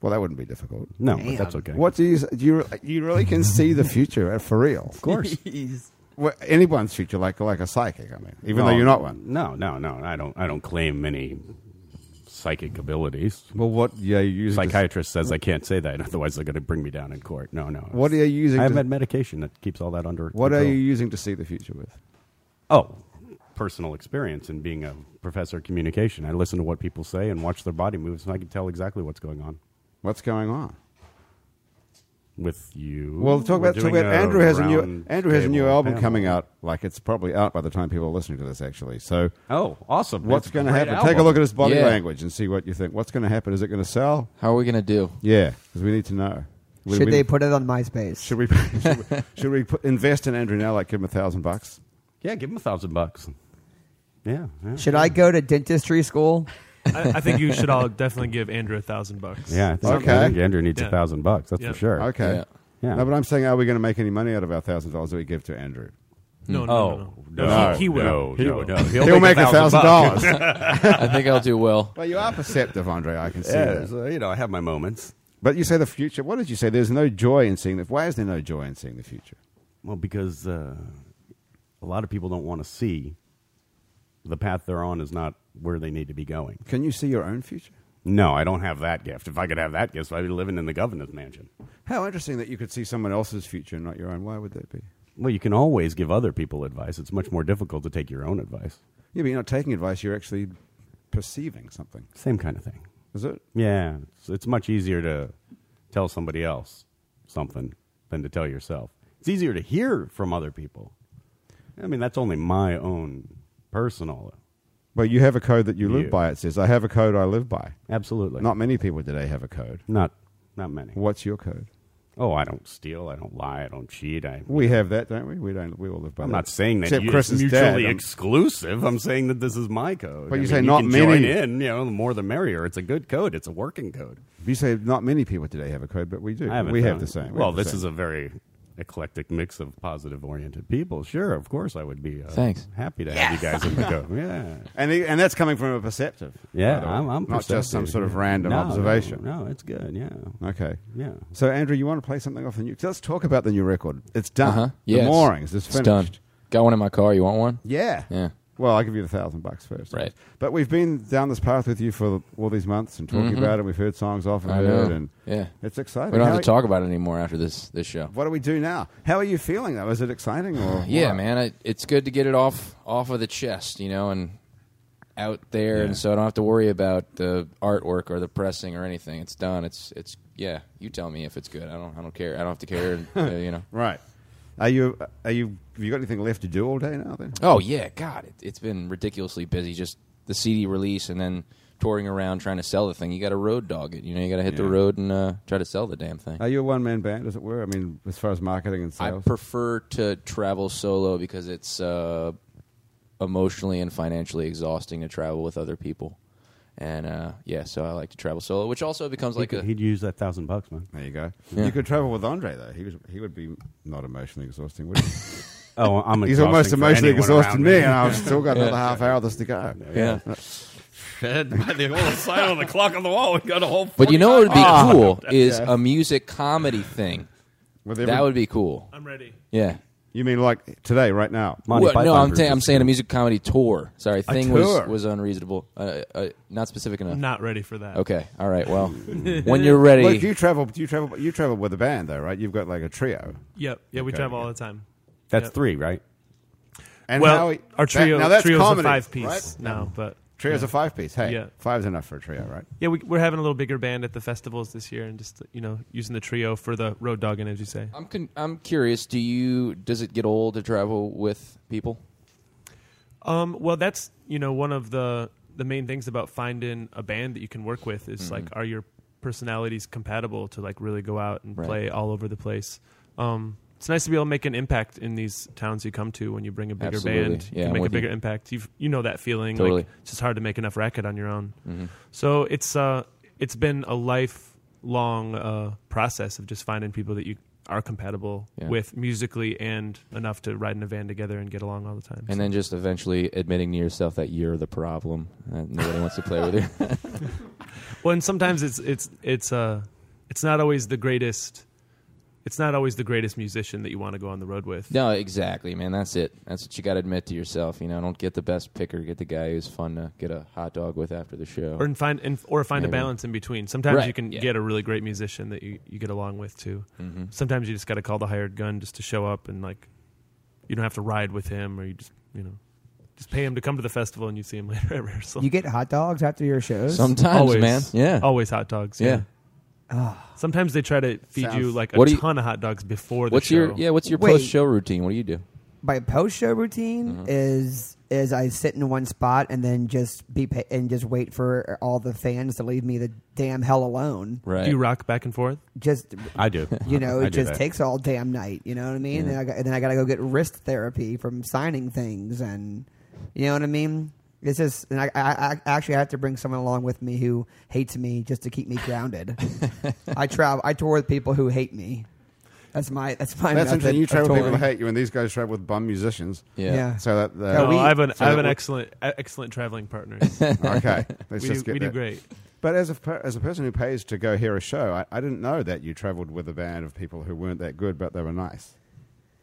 Well, that wouldn't be difficult.
No, but that's okay.
What do you, s- do you, you really can see the future uh, for real? Of course. well, anyone's future, like, like a psychic, I mean, even though
No,
you're not one.
No, no, no. I don't. I don't claim any psychic abilities.
Well, what yeah, you using? to-
Psychiatrist says I can't say that, otherwise they're going to bring me down in court. No, no.
What are you using?
I have
to-
had medication that keeps all that under.
what are
control.
you using to see the future with?
Oh, personal experience in being a professor of communication. I listen to what people say and watch their body moves, and I can tell exactly what's going on
What's going on?
with you.
Well, talk
We're
about, talk
doing
about Andrew has a new
round
Andrew has a new
table
album
panel.
coming out. Like it's probably out by the time people are listening to this, actually. So
Oh, awesome!
what's
That's
going to
a great
happen? Take a
album.
look at his body
Yeah.
language and see what you think. What's going to happen? Is it going to sell?
How are we gonna do?
Yeah, because we need to know. We-
Should
we-
they put it on MySpace?
Should we? Should we, should we put, invest in Andrew now? Like give him a thousand bucks?
Yeah, give him a thousand bucks. Yeah, yeah.
Should I go to dentistry school?
I, I think you should all definitely give Andrew a thousand bucks.
Yeah, I think,
Okay.
I think Andrew needs
Yeah.
a thousand bucks. That's
Yeah.
for sure.
Okay.
Yeah.
Yeah.
No, but I'm saying, are we going to make any money out of our thousand dollars that we give to Andrew?
No, no,
Oh
no,
no,
no. he, he will.
No,
He
no,
will.
no.
He'll, make a thousand dollars.
I think I'll do well.
Well, you are perceptive, Andre. I can see
Yeah,
that.
so, you know, I have my moments.
But you say the future. What did you say? There's no joy in seeing the. Why is there no joy in seeing the future?
Well, because uh, a lot of people don't want to see the path they're on is not where they need to be going.
Can you see your own future?
No, I don't have that gift. If I could have that gift, I'd be living in the governor's mansion.
How interesting that you could see someone else's future and not your own. Why would that be?
Well, you can always give other people advice. It's much more difficult to take your own advice.
Yeah, but you're not taking advice. You're actually perceiving something.
Same kind of thing.
Is it?
Yeah, it's, it's much easier to tell somebody else something than to tell yourself. It's easier to hear from other people. I mean, that's only my own personal.
Well, you have a code that you live
You.
by. It says, "I have a code I live by."
Absolutely.
Not many people today have a code.
not, not many.
What's your code?
Oh, I don't steal. I don't lie. I don't cheat. I,
We have that, don't we? We don't. We all live by
I'm
that.
not saying that
Except
you-
Chris's
it's mutually
dad. Um,
exclusive. I'm saying that this is my code.
But
I
you
mean,
say not
can
many.
Join in, you know, the more the merrier. It's a good code. It's a working code.
you say not many people today have a code, but we do.
I haven't
we have
found-
the same. We
Well,
have the
this
same.
is a very eclectic mix of positive-oriented people. Sure, of course, I would be. Uh,
Thanks.
Happy to have you guys in the go. Yeah,
and he- and that's coming from a perceptive.
yeah.
by the way.
I'm, I'm
not just some
perceptive.
sort of random
No, no,
observation.
No, it's good. Yeah,
Okay.
yeah.
So, Andrew, you want to play something off the new? Let's talk about the new record. It's done.
Uh-huh.
The
Yes.
moorings is
It's
finished.
done. Got one in my car. You want one?
Yeah.
Yeah.
Well, I'll give you the thousand bucks first.
Right.
But we've been down this path with you for all these months and talking about it. We've heard songs off and
Mm-hmm. I
heard,
know.
and
Yeah.
it's exciting.
We don't
How
have to
are-
talk about it anymore after this this show.
What do we do now? How are you feeling though? Is it exciting or
Yeah,
what?
man, I, it's good to get it off off of the chest, you know, and out there,
Yeah.
and so I don't have to worry about the artwork or the pressing or anything. It's done. It's it's yeah. You tell me if it's good. I don't I don't care. I don't have to care. and, uh, you know.
Right. Are you? Are you? Have you got anything left to do all day now? Then.
Oh yeah, God, it, it's been ridiculously busy. Just the CD release and then touring around trying to sell the thing. You got to road dog it. You know, you got to hit the
Yeah.
road and uh, try to sell the damn thing.
Are you a one man band, as it were? I mean, as far as marketing and
I
sales.
prefer to travel solo because it's uh, emotionally and financially exhausting to travel with other people. And uh, yeah, so I like to travel solo, which also becomes like
he
a
would use that thousand bucks, man.
there you go.
Yeah.
You could travel with Andre though. He was. He would be not emotionally exhausting. Would he?
Oh, I'm
He's
exhausting
almost
for
emotionally
anyone
exhausted
around
me, and I've still got another half hour of this to go.
yeah.
Fed by the old sign on the clock on the wall. We got a whole.
But you know what would be
45
cool is a music comedy thing.
With every-
That would be cool.
I'm ready.
Yeah.
you mean like today, right now?
Monty
Well, no,
Python
I'm, saying I'm
versus-
saying a music comedy tour. Sorry, thing was
tour.
was unreasonable, uh, uh, not specific enough.
I'm not ready for that.
Okay, all right. Well, when you're ready,
Look, you travel. You travel. You travel with a band though, right? You've got like a trio.
Yep. Yeah, we
Okay.
travel all the time.
That's
Yeah.
three, right?
And
well,
how-
our
that-
trio
now that's
trio's
comedy,
a five piece
right?
now, but
Trio's a five piece. Hey,
Yeah.
five's enough for a trio, right?
yeah, we, we're having a little bigger band at the festivals this year, and just you know using the trio for the road dogging, as you say.
I'm con- I'm curious. Do you does it get old to travel with people?
Um, well, that's you know one of the the main things about finding a band that you can work with is like
Mm-hmm.
are your personalities compatible to like really go out and
Right.
play all over the place. Um, it's nice to be able to make an impact in these towns you come to when you bring a bigger
Absolutely.
band.
Yeah,
you
I'm
can make a
with you.
bigger impact. You you know that feeling.
Totally. Mm-hmm.
Like, it's just hard to make enough racket on your own. So it's uh it's been a lifelong uh, process of just finding people that you are compatible
Yeah.
with musically and enough to ride in a van together and get along all the time.
And then just eventually admitting to yourself that you're the problem and nobody wants to play with you.
Well, and sometimes it's it's it's uh it's not always the greatest. It's not always the greatest musician that you want to go on the road with.
no, exactly, man. That's it. That's what you got to admit to yourself. You know, don't get the best picker. Get the guy who's fun to get a hot dog with after the show.
Or and find and, or find
Maybe.
a balance in between. Sometimes
Right,
you can
yeah. Mm-hmm.
get a really great musician that you, you get along with too. Sometimes you just got to call the hired gun just to show up and like you don't have to ride with him or you just you know just pay him to come to the festival and you see him later at rehearsal.
You get hot dogs after your shows.
Sometimes,
always,
man. Yeah.
always hot dogs. Yeah.
yeah.
Sometimes they try to feed you
Sounds-
like
What
a
do you-
ton of hot dogs before the
What's
show.
your yeah? What's your
Wait.
post show routine? What do you do?
my post show routine
Mm-hmm.
is is I sit in one spot and then just be pa- and just wait for all the fans to leave me the damn hell alone.
Right.
Do you rock back and forth?
Just
I do.
you know,
I
it
do
just
that.
takes all damn night. You know what I mean? And, I got, and then I got to go get wrist therapy from signing things, and you know what I mean. It's just, and I, I, I actually have to bring someone along with me who hates me just to keep me grounded. I travel, I tour with people who hate me. That's my, that's my.
That's
method
interesting. You
of
travel with people
touring.
that hate you, and these guys travel with bum musicians.
Yeah.
Yeah.
So that uh, the,
No,
No,
we-
I have an
so
I have
that
an
we-
excellent e- excellent traveling partner.
okay, let's
we do,
just get
we do
that.
great.
But as a per- as a person who pays to go hear a show, I, I didn't know that you travelled with a band of people who weren't that good, but they were nice.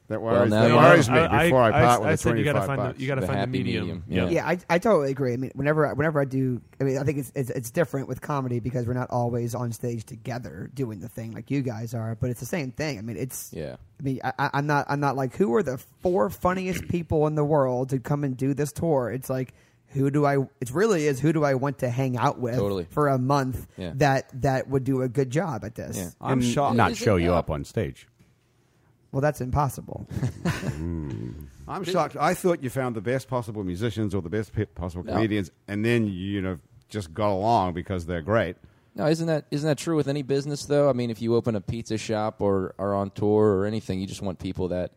That worries,
now
that
you
worries
know.
me
I-
before I,
I-
part
I
with the
said
twenty
you gotta
five
find the-
bucks.
you gotta
The
find the
happy
medium.
medium.
Yeah.
Yeah.
Yeah, I, I totally agree. I mean, whenever I, whenever I do, I mean, I think it's, it's it's different with comedy because we're not always on stage together doing the thing like you guys are, but it's the same thing. I mean, it's
Yeah.
I mean, I, I- I'm not I'm not like who are the four funniest people in the world to come and do this tour. It's like who do I? It really is who do I want to hang out with
Totally.
for a month
Yeah.
that that would do a good job at this.
Yeah.
I'm shocked. Not show you up on stage.
Well, that's impossible.
I'm shocked. I thought you found the best possible musicians or the best pe- possible
No.
comedians, and then you know just got along because they're great.
No, isn't that isn't that true with any business though? I mean, if you open a pizza shop or are on tour or anything, you just want people that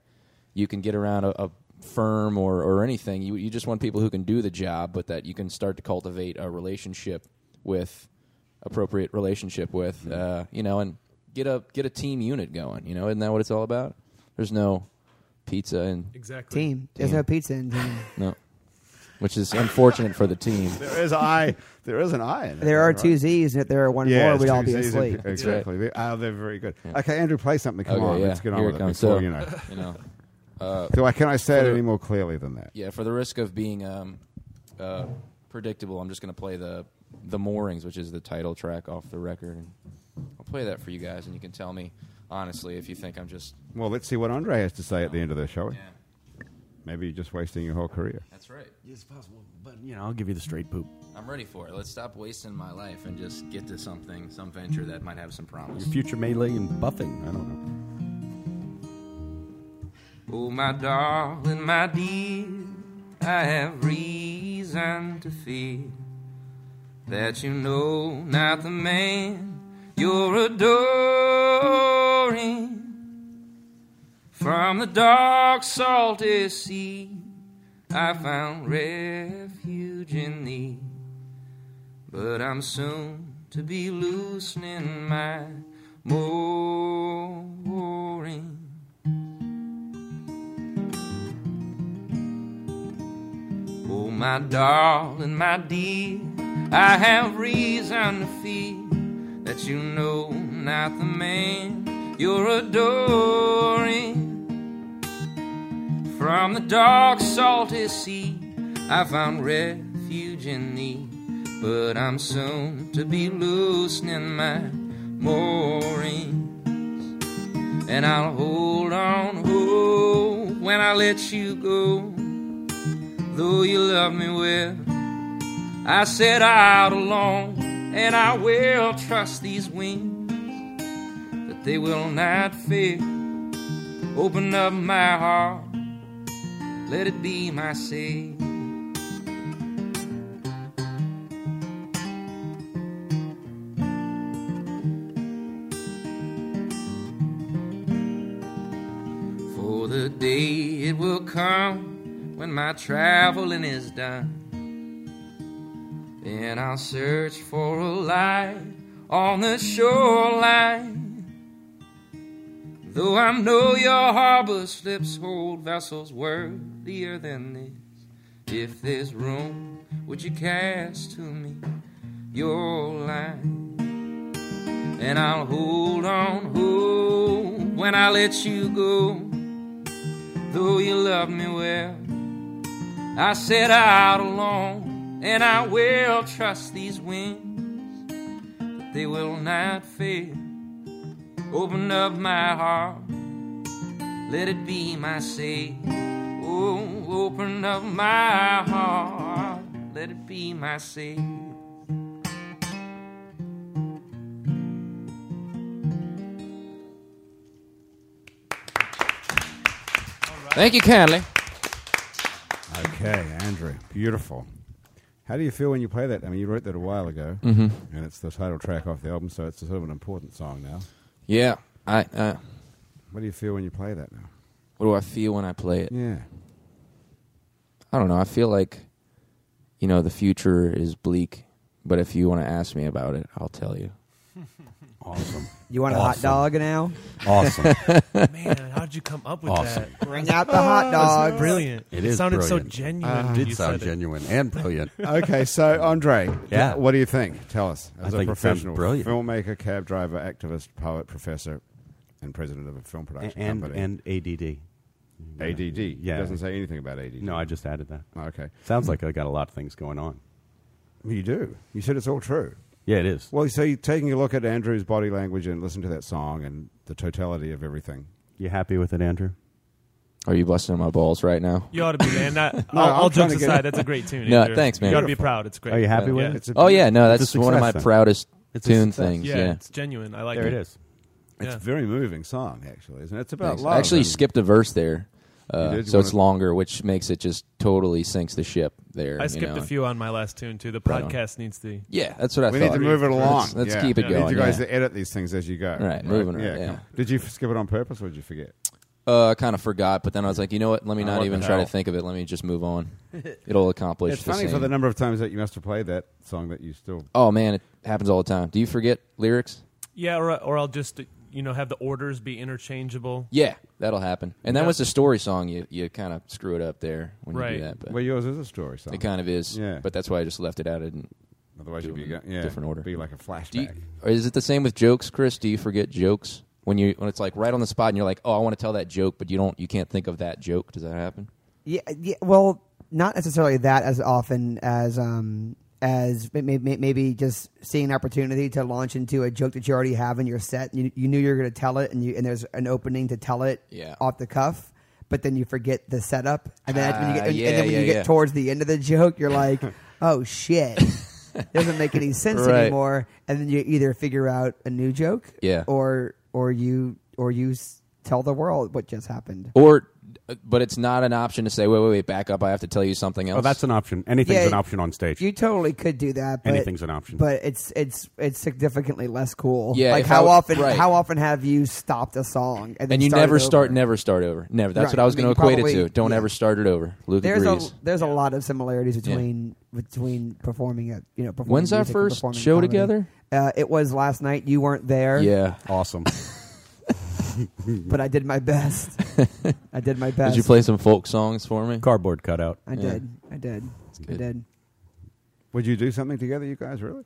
you can get around a, a firm or, or anything. You you just want people who can do the job, but that you can start to cultivate a relationship with, appropriate relationship with, uh, you know, and get a get a team unit going. You know, isn't that what it's all about? There's no pizza and
Exactly.
team, there's no pizza in team.
no, which is unfortunate for the team.
There is I. There is an I. In it,
There are
right?
two Z's, and if there are one
Yeah,
more,
it's
we'd
two
all be
Zs and-
asleep.
Exactly. They, oh, they're very good. Okay, Andrew, play something. Come
Okay,
on,
yeah.
let's get on
Here
with
it
it.
comes.
before,
So-
you know,
You know.
do I can I say it
the-
any more clearly than that?
Yeah, for the risk of being um, uh, predictable, I'm just going to play the the moorings, which is the title track off the record, and I'll play that for you guys, and you can tell me honestly if you think I'm just
Well, let's see what Andre has to say at the end of the show.
yeah.
Maybe you're just wasting your whole career.
That's right.
It's possible, but you know, I'll give you the straight poop.
I'm ready for it. Let's stop wasting my life and just get to something, some venture that might have some promise.
Your future may lay in buffing. I don't know.
Oh, my darling, my dear, I have reason to fear that you know not the man you're adoring. From the dark, salty sea, I found refuge in thee, but I'm soon to be loosening my moorings. Oh, my darling, my dear, I have reason to fear that you know not the man you're adoring. From the dark, salty sea, I found refuge in thee, but I'm soon to be loosening my moorings and I'll hold on oh, when I let you go. Though you love me well, I set out alone, and I will trust these wings that they will not fail. Open up my heart, let it be my safe. For the day it will come when my traveling is done. Then I'll search for a light on the shoreline. Though I know your harbor slips hold vessels worthier than this. If there's room, would you cast to me your line? And I'll hold on, hold when I let you go though you love me well. I set out alone, and I will trust these wings that they will not fail. Open up my heart, let it be my safe. Oh, open up my heart, let it be my safe.
Thank you kindly.
Okay, Andrew. Beautiful. How do you feel when you play that? I mean, you wrote that a while ago,
Mm-hmm.
and it's the title track off the album, so it's sort of an important song now.
Yeah. I. Uh,
What do you feel when you play that now?
what do I feel when I play it?
Yeah.
I don't know. I feel like, you know, the future is bleak, but if you want to ask me about it, I'll tell you.
Awesome.
You want a hot
Awesome.
dog now?
Awesome.
Man, how'd you come up with
Awesome.
that?
Bring out the hot dogs.
Brilliant.
It is
sounded so
brilliant.
genuine.
Uh,
when
did
you
sound
said it.
genuine and brilliant.
Okay, so Andre,
Yeah.
what do you think? Tell us.
I
As a
think it sounds
professional
brilliant.
filmmaker, cab driver, activist, poet, professor, and president of a film production
and
company.
and ADD.
ADD.
Yeah.
It doesn't say anything about ADD.
No, I just added that.
Oh, okay.
Sounds like I got a lot of things going on.
You do. You said it's all true.
Yeah, it is.
Well, so you're taking a look at Andrew's body language and listen to that song and the totality of everything.
You happy with it, Andrew?
Are you busting my balls right now?
You ought to be, man. That,
No,
all
I'm
all
trying
jokes
to get-
aside, that's a great tune.
No,
Andrew.
thanks, man.
You ought to be proud. It's great.
Are you happy
yeah.
with it?
It's a
Oh yeah, no,
It's a
that's one of
success
my
then.
proudest
It's a
tune
success.
things.
Yeah,
Yeah,
it's genuine. I like
There
it.
it is.
It's
Yeah.
a very moving song, actually, isn't it? It's about
Thanks.
love.
I actually
and-
skipped a verse there, uh,
You did? You
so it's
wanna-
longer, which makes it just totally sinks the ship. There,
I
you
skipped
know.
a few on my last tune too. The
Right on.
podcast needs to.
Yeah, that's what I
We
thought.
need to move it along.
Let's, let's
Yeah.
keep it
We
going.
need you guys
yeah.
to edit these things as you go.
Right, moving it, yeah.
come- Did you f- skip it on purpose or did you forget?
Uh, I kind of forgot, but then I was like, you know what? Let me
Oh,
not
what
even
the
try to
hell.
think of it. Let me just move on. It'll accomplish.
It's
the
funny
same.
for the number of times that you must have played that song that you still.
Oh man, it happens all the time. Do you forget lyrics?
Yeah, or or I'll just you know have the orders be interchangeable.
Yeah, that'll happen. And that
Yeah.
was the story song. You you kind of screw it up there when you
Right.
do that, but
Well, yours is a story song.
it kind of is.
Yeah.
But that's why I just left it out. I didn't.
Otherwise,
do
you'd be
them in
yeah,
different order.
Be like a flashback.
Do you, or is it the same with jokes, Chris? Do you forget jokes when you when it's like right on the spot and you're like, oh, I want to tell that joke, but you don't you can't think of that joke? Does that happen?
Yeah, yeah. Well, not necessarily that as often as um as may- may- may- maybe just seeing an opportunity to launch into a joke that you already have in your set. You, you knew you were going to tell it, and you and there's an opening to tell it
Yeah.
off the cuff. but then you forget the setup, and then when you
Ah,
get, and,
yeah,
and then when
yeah,
you get
yeah.
towards the end of the joke, you're like, oh shit. Doesn't make any sense
Right.
anymore, and then you either figure out a new joke,
Yeah.
or or you or you s- tell the world what just happened.
Or, uh, but it's not an option to say, wait, wait, wait, back up. I have to tell you something else.
Oh, that's an option. Anything's
Yeah,
an option on stage.
You totally could do that. But,
Anything's an option.
but it's it's it's significantly less cool.
Yeah,
like
if
how
I-
often
right.
how often have you stopped a song and, then
and you
started
never start,
over?
never start over. Never. That's
Right.
what I was
I mean,
going to equate it
probably-
to. Don't
yeah.
ever start it over. Luke
There's
agrees.
a there's a lot of similarities between between performing at you know. Performing
When's our
music and
first
performing
show
comedy.
together?
Uh, it was last night. You weren't there.
yeah.
awesome.
but I did my best. I did my best.
Did you play some folk songs for me?
Cardboard cutout.
I did. I did. I
good.
did.
Would you do something together, you guys? Really?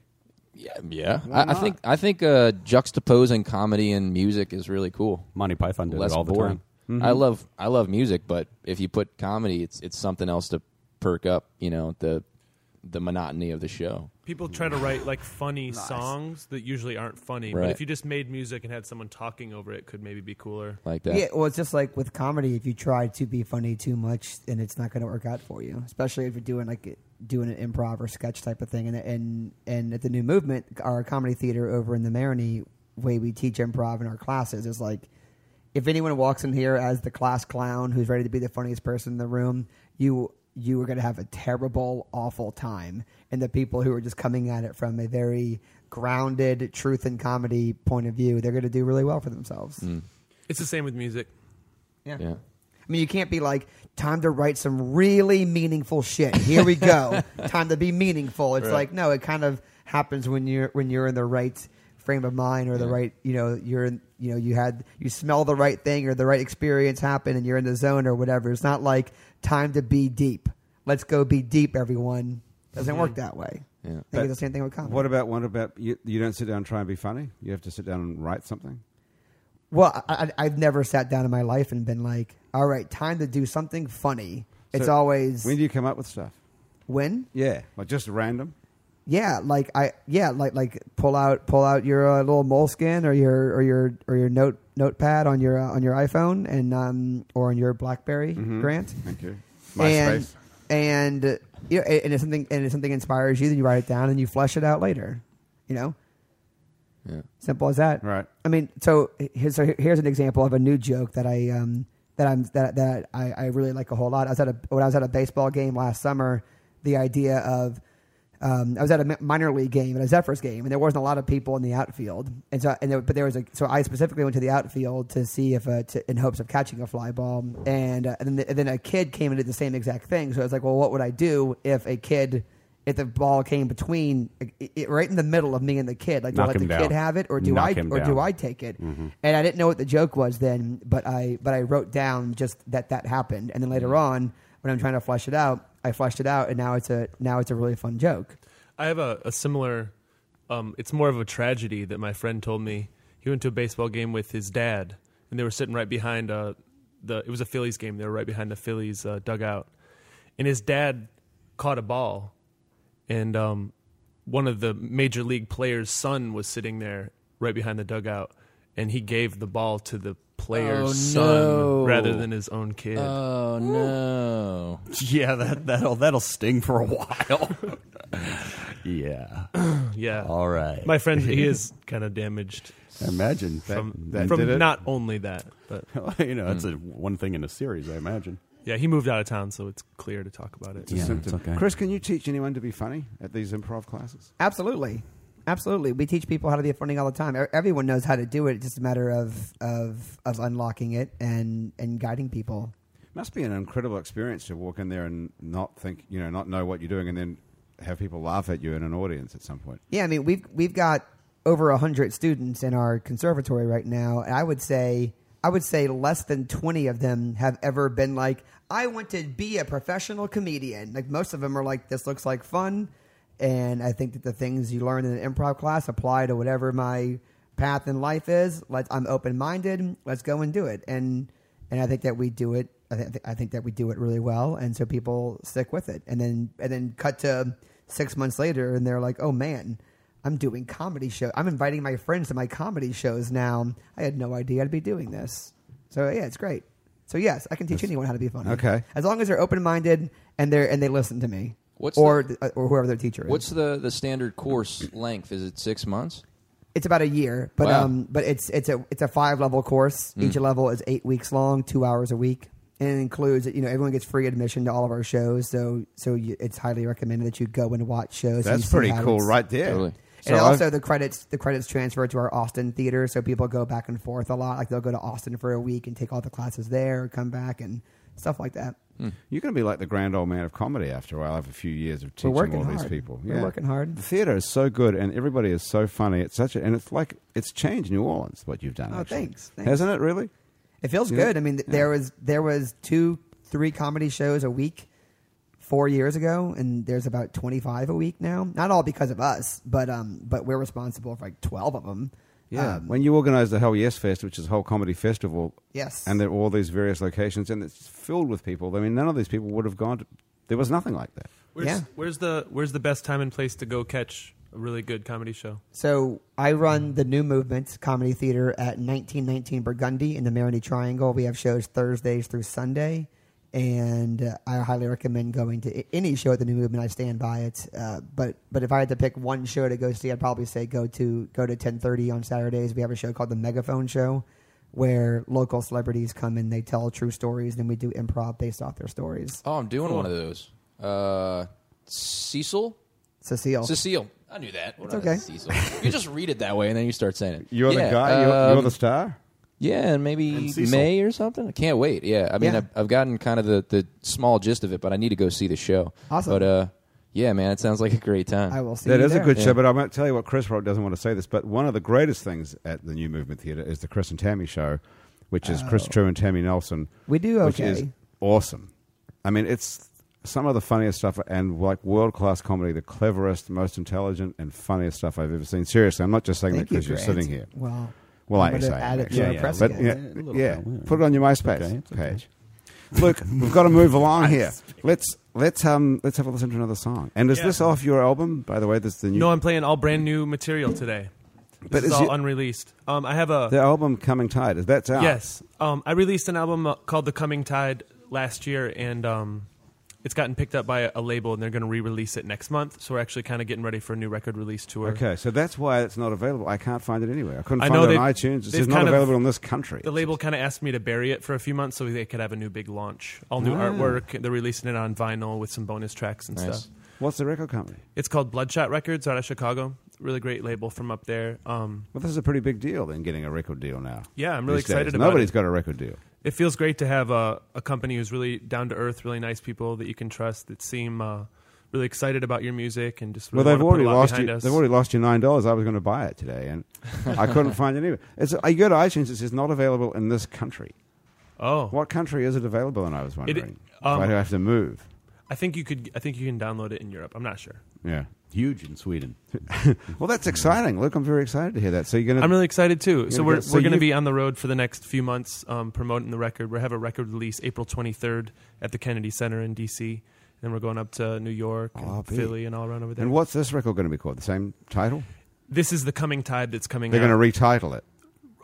Yeah, yeah.
Why
I, I think I think uh, juxtaposing comedy and music is really cool.
Monty Python did
Less
it all
boring.
the time.
I love I love music, but if you put comedy, it's it's something else to perk up. You know the the monotony of the show.
People try to write like funny songs that usually aren't funny. But
Right.
if you just made music and had someone talking over it, it could maybe be cooler.
Like
Yeah.
that.
Well, it's just like with comedy. If you try to be funny too much, then it's not going to work out for you. Especially if you're doing like doing an improv or sketch type of thing. And and and at the new movement, our comedy theater over in the Marini, way we teach improv in our classes is like, if anyone walks in here as the class clown who's ready to be the funniest person in the room, you you are going to have a terrible, awful time. And the people who are just coming at it from a very grounded truth and comedy point of view, they're going to do really well for themselves.
It's the same with music.
Yeah.
I mean, you can't be like, time to write some really meaningful shit. Here we go. time to be meaningful. It's like, no, it kind of happens when you're when you're in the right frame of mind or the right, you know, you're in, you know, you had you smell the right thing or the right experience happen and you're in the zone or whatever. It's not like time to be deep. Let's go be deep, everyone. Doesn't work that way. Yeah. I think
But
it's the same thing with comedy.
Mm-hmm. What about what about you? You don't sit down and try and be funny. You have to sit down and write something.
Well, I, I, I've never sat down in my life and been like, all right, time to do something funny. It's
So,
always
When do you come up with stuff?
when?
Yeah, like just random.
Yeah, like I yeah, like like pull out pull out your uh, little moleskin or your or your or your note notepad on your uh, on your iPhone and um or on your BlackBerry Grant.
Thank you.
And
MySpace.
and uh, you know, and if something and if something inspires you, then you write it down and you flesh it out later. You know,
Yeah.
simple as that.
Right.
I mean, so here's so here's an example of a new joke that I um that I'm that that I, I really like a whole lot. I was at a when I was at a baseball game last summer. The idea of um, I was at a mi- minor league game at a Zephyrs game, and there wasn't a lot of people in the outfield, and so and there, but there was a so I specifically went to the outfield to see if uh, to, in hopes of catching a fly ball, and, uh, and, then the, and then a kid came and did the same exact thing. So I was like, well, what would I do if a kid if the ball came between it, it- right in the middle of me and the kid? Like, do I
Knock
let the
him
kid
down.
have it, or do
Knock
I
him
or do
down. Mm-hmm.
I take it? And I didn't know what the joke was then, but I but I wrote down just that that happened, and then later
Mm-hmm.
on when I'm trying to flesh it out, I fleshed it out, and now it's a now it's a really fun joke.
I have a, a similar. Um, it's more of a tragedy that my friend told me. He went to a baseball game with his dad, and they were sitting right behind uh, the. It was a Phillies game. They were right behind the Phillies uh, dugout, and his dad caught a ball, and um, one of the major league players' son was sitting there right behind the dugout, and he gave the ball to the player's
Oh,
son
no.
rather than his own kid.
Oh no.
Yeah, that that'll that'll sting for a while. yeah.
yeah,
All right.
my friend, he is kind of damaged
Imagine that,
from
that
from
did it.
not only that, but.
you know,
Hmm.
that's a, one thing in a series, I imagine.
Yeah, he moved out of town, so it's clear to talk about it.
Yeah, it's
Symptom.
okay.
Chris, can you teach anyone to be funny at these improv classes?
Absolutely. Absolutely. We teach people how to be funny all the time. E- Everyone knows how to do it. It's just a matter of of, of unlocking it and, and guiding people.
Must be an incredible experience to walk in there and not think, you know, not know what you're doing, and then have people laugh at you in an audience at some point.
Yeah, I mean we've we've got over hundred students in our conservatory right now, and I would say I would say less than twenty of them have ever been like, I want to be a professional comedian. Like most of them are like, this looks like fun, and I think that the things you learn in an improv class apply to whatever my path in life is. Let I'm open minded. Let's go and do it. And and I think that we do it. I, th- I think that we do it really well, and so people stick with it. And then and then cut to six months later, and they're like, "Oh man, I'm doing comedy show. I'm inviting my friends to my comedy shows now. I had no idea I'd be doing this." So yeah, it's great. So yes, I can teach anyone how to be funny.
Okay.
as long as they're open minded and they're and they listen to me.
What's
or th- uh, or whoever their teacher is.
What's the, the standard course length? Is it six months?
it's about a year, but
Wow.
um, but it's it's a it's a five level course.
Mm.
Each level is eight weeks long, two hours a week, and it includes you know everyone gets free admission to all of our shows. So so you, it's highly recommended that you go and watch shows. and you
That's
see
pretty
how
cool,
it's-
right there.
Totally.
So
and
I've-
also the credits the credits transfer to our Austin theater, so people go back and forth a lot. Like they'll go to Austin for a week and take all the classes there, come back and stuff like that.
You're going to be like the grand old man of comedy after a while, after a few years of
We're
teaching
working
all
hard.
these people.
We're working hard.
The theater is so good, and everybody is so funny. It's such, a, and it's like it's changed New Orleans. What you've done,
Oh,
actually.
thanks, thanks.
hasn't it? Really?
It feels
You know-
good. I mean, th- there was there was two, three comedy shows a week four years ago, and there's about twenty five a week now. Not all because of us, but um, but we're responsible for like twelve of them. Um,
when you organise the Hell Yes Fest, which is a whole comedy festival,
yes,
and there are all these various locations, and it's filled with people. I mean, none of these people would have gone. to... There was nothing like that.
Where's,
Yeah.
where's the where's the best time and place to go catch a really good comedy show?
So I run the New Movement Comedy Theater at 1919 Burgundy in the Marigny Triangle. We have shows Thursdays through Sunday, and uh, I highly recommend going to a- any show at the New Movement. I stand by it. Uh, but but if I had to pick one show to go see, I'd probably say go to go to 10:30 on Saturdays. We have a show called the Megaphone Show, where local celebrities come and they tell true stories, and then we do improv based off their stories.
Oh, I'm doing one of those. Uh, Cecil?
Cecile,
Cecile. I knew that. It's
Oh. okay.
Cecil. You just read it that way and then you start saying it.
You're
Yeah,
the guy. You're, you're
um,
the star.
Yeah, and maybe
And Cecil.
May or something. I can't wait. Yeah, I mean,
Yeah.
I've, I've gotten kind of the, the small gist of it, but I need to go see the show.
Awesome.
But uh, yeah, man, it sounds like a great time.
I will see.
That
you
is a
there.
good show, but I might tell you what Chris Rock doesn't want to say this, but one of the greatest things at the New Movement Theatre is the Chris and Tammy show, which is Chris True and Tammy Nelson.
Oh. We do
Which is
okay.
awesome. I mean, it's some of the funniest stuff and like world class comedy, the cleverest, most intelligent, and funniest stuff I've ever seen. Seriously, I'm not just saying
Thank
that
you,
because you're
Grant.
sitting here.
Well,
Well,
I'm
I
gonna
say
add it to
actually.
our
Yeah,
press
But
guide.
yeah,
A little
yeah.
bit, yeah.
put it on your MySpace
okay, it's okay.
page. Look, we've got to move along here. Let's let's um let's have a listen to another song. And is
Yeah.
this off your album? By the way, this is the new.
No, I'm playing all brand new material today. This
But
is
is
all
it-
unreleased. Um, I have a
The album Coming Tide, is that's out.
yes. Um, I released an album uh, called The Coming Tide last year, and um, it's gotten picked up by a, a label, and they're going to re-release it next month. So we're actually kind of getting ready for a new record release tour.
Okay, so that's why it's not available. I can't find it anywhere. I couldn't
I
find
know
it
they've-
on iTunes. It's
they've
just not
kind of-
available in this country.
The label kind of asked me to bury it for a few months so they could have a new big launch. All new
Ah.
artwork. They're releasing it on vinyl with some bonus tracks and
Nice.
stuff.
What's the record company?
It's called Bloodshot Records out of Chicago. Really great label from up there. Um,
Well, this is a pretty big deal then getting a record deal now.
Yeah, I'm really
These days.
excited about
Nobody's
it.
got a record deal.
it feels great to have a, a company who's really down to earth, really nice people that you can trust that seem uh, really excited about your music and just really
Well, they've
wanna put
already
a lot
lost
behind
you.
us.
They've already lost you nine dollars. I was going to buy it today, and I couldn't find it anywhere. It's, I go to iTunes. It says not available in this country.
oh,
What country is it available in? I was wondering.
um,
Why do I have to move?
I think you could. I think you can download it in Europe. I'm not sure.
Yeah.
Huge in Sweden.
Well, that's exciting. Look, I'm very excited to hear that. So you're going to.
I'm really excited too. So
gonna
we're
get- so
we're going to
you-
be on the road for the next few months um, promoting the record. We have a record release April 23rd at the Kennedy Center in D.C. And we're going up to New York, and
Oh, I'll be-
Philly, and all around over there.
and what's this record going to be called? The same title?
This is the coming tide that's coming.
They're
out.
going to retitle it.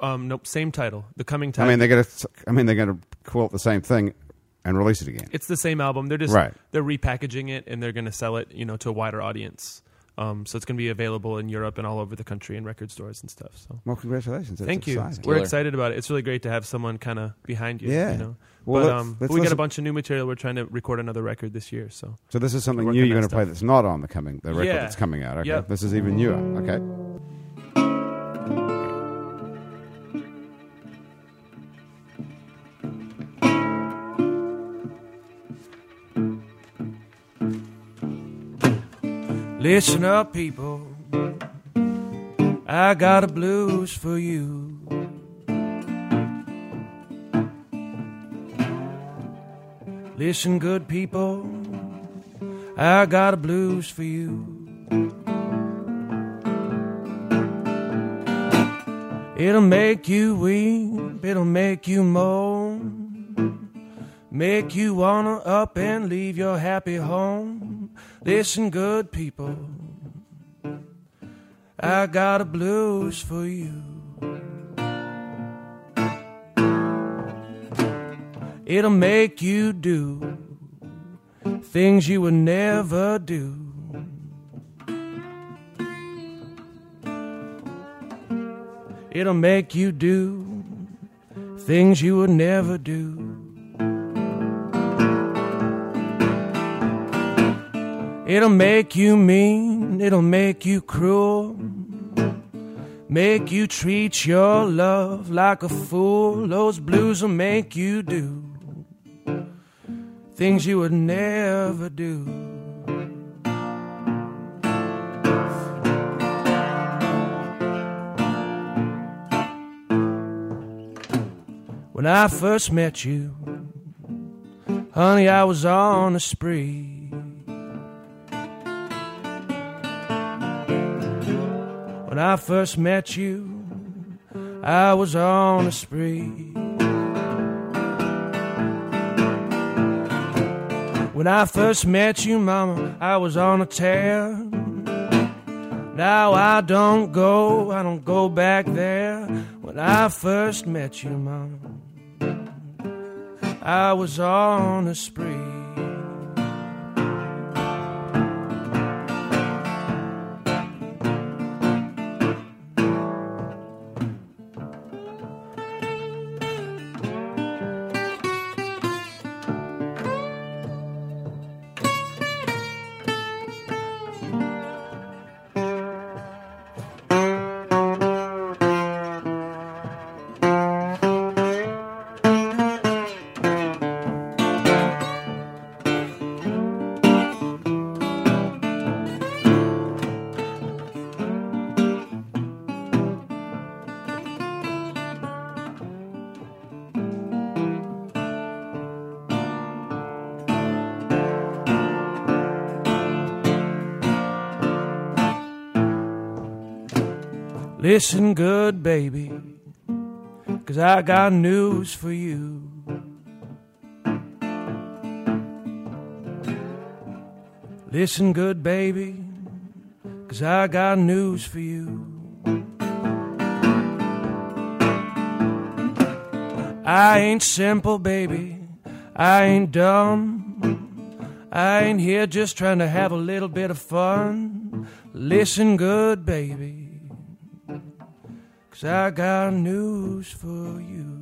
Um, nope, same title. The coming tide.
I mean, they're going to. I mean, they're going to call it the same thing and release it again.
it's the same album. They're just
Right.
they're repackaging it and they're going to sell it, you know, to a wider audience. Um, so it's going to be available in Europe and all over the country in record stores and stuff. So
Well, congratulations. That's
thank you.
exciting.
We're
Killer.
excited about it. It's really great to have someone kind of behind you.
Yeah.
You know?
Well,
but
let's-
um,
let's
but we got a
listen-
bunch of new material. We're trying to record another record this year. So
So this is something
We're
new
working
you're going
on
to play
stuff.
that's not on the coming the record
Yeah.
that's coming out. Okay,
Yep.
this is even newer. Okay.
Listen up, people. I got a blues for you. Listen, good people. I got a blues for you. It'll make you weep, it'll make you moan. Make you wanna up and leave your happy home. Listen, good people, I got a blues for you. It'll make you do things you would never do. It'll make you do things you would never do. It'll make you mean, it'll make you cruel. Make you treat your love like a fool. Those blues will make you do things you would never do. When I first met you, honey, I was on a spree. When I first met you, I was on a spree. When I first met you, mama, I was on a tear. Now I don't go, I don't go back there. When I first met you, mama, I was on a spree. Listen good, baby, 'cause I got news for you. Listen good, baby, 'cause I got news for you. I ain't simple, baby. I ain't dumb. I ain't here just trying to have a little bit of fun. Listen good, baby. Cause I got news for you.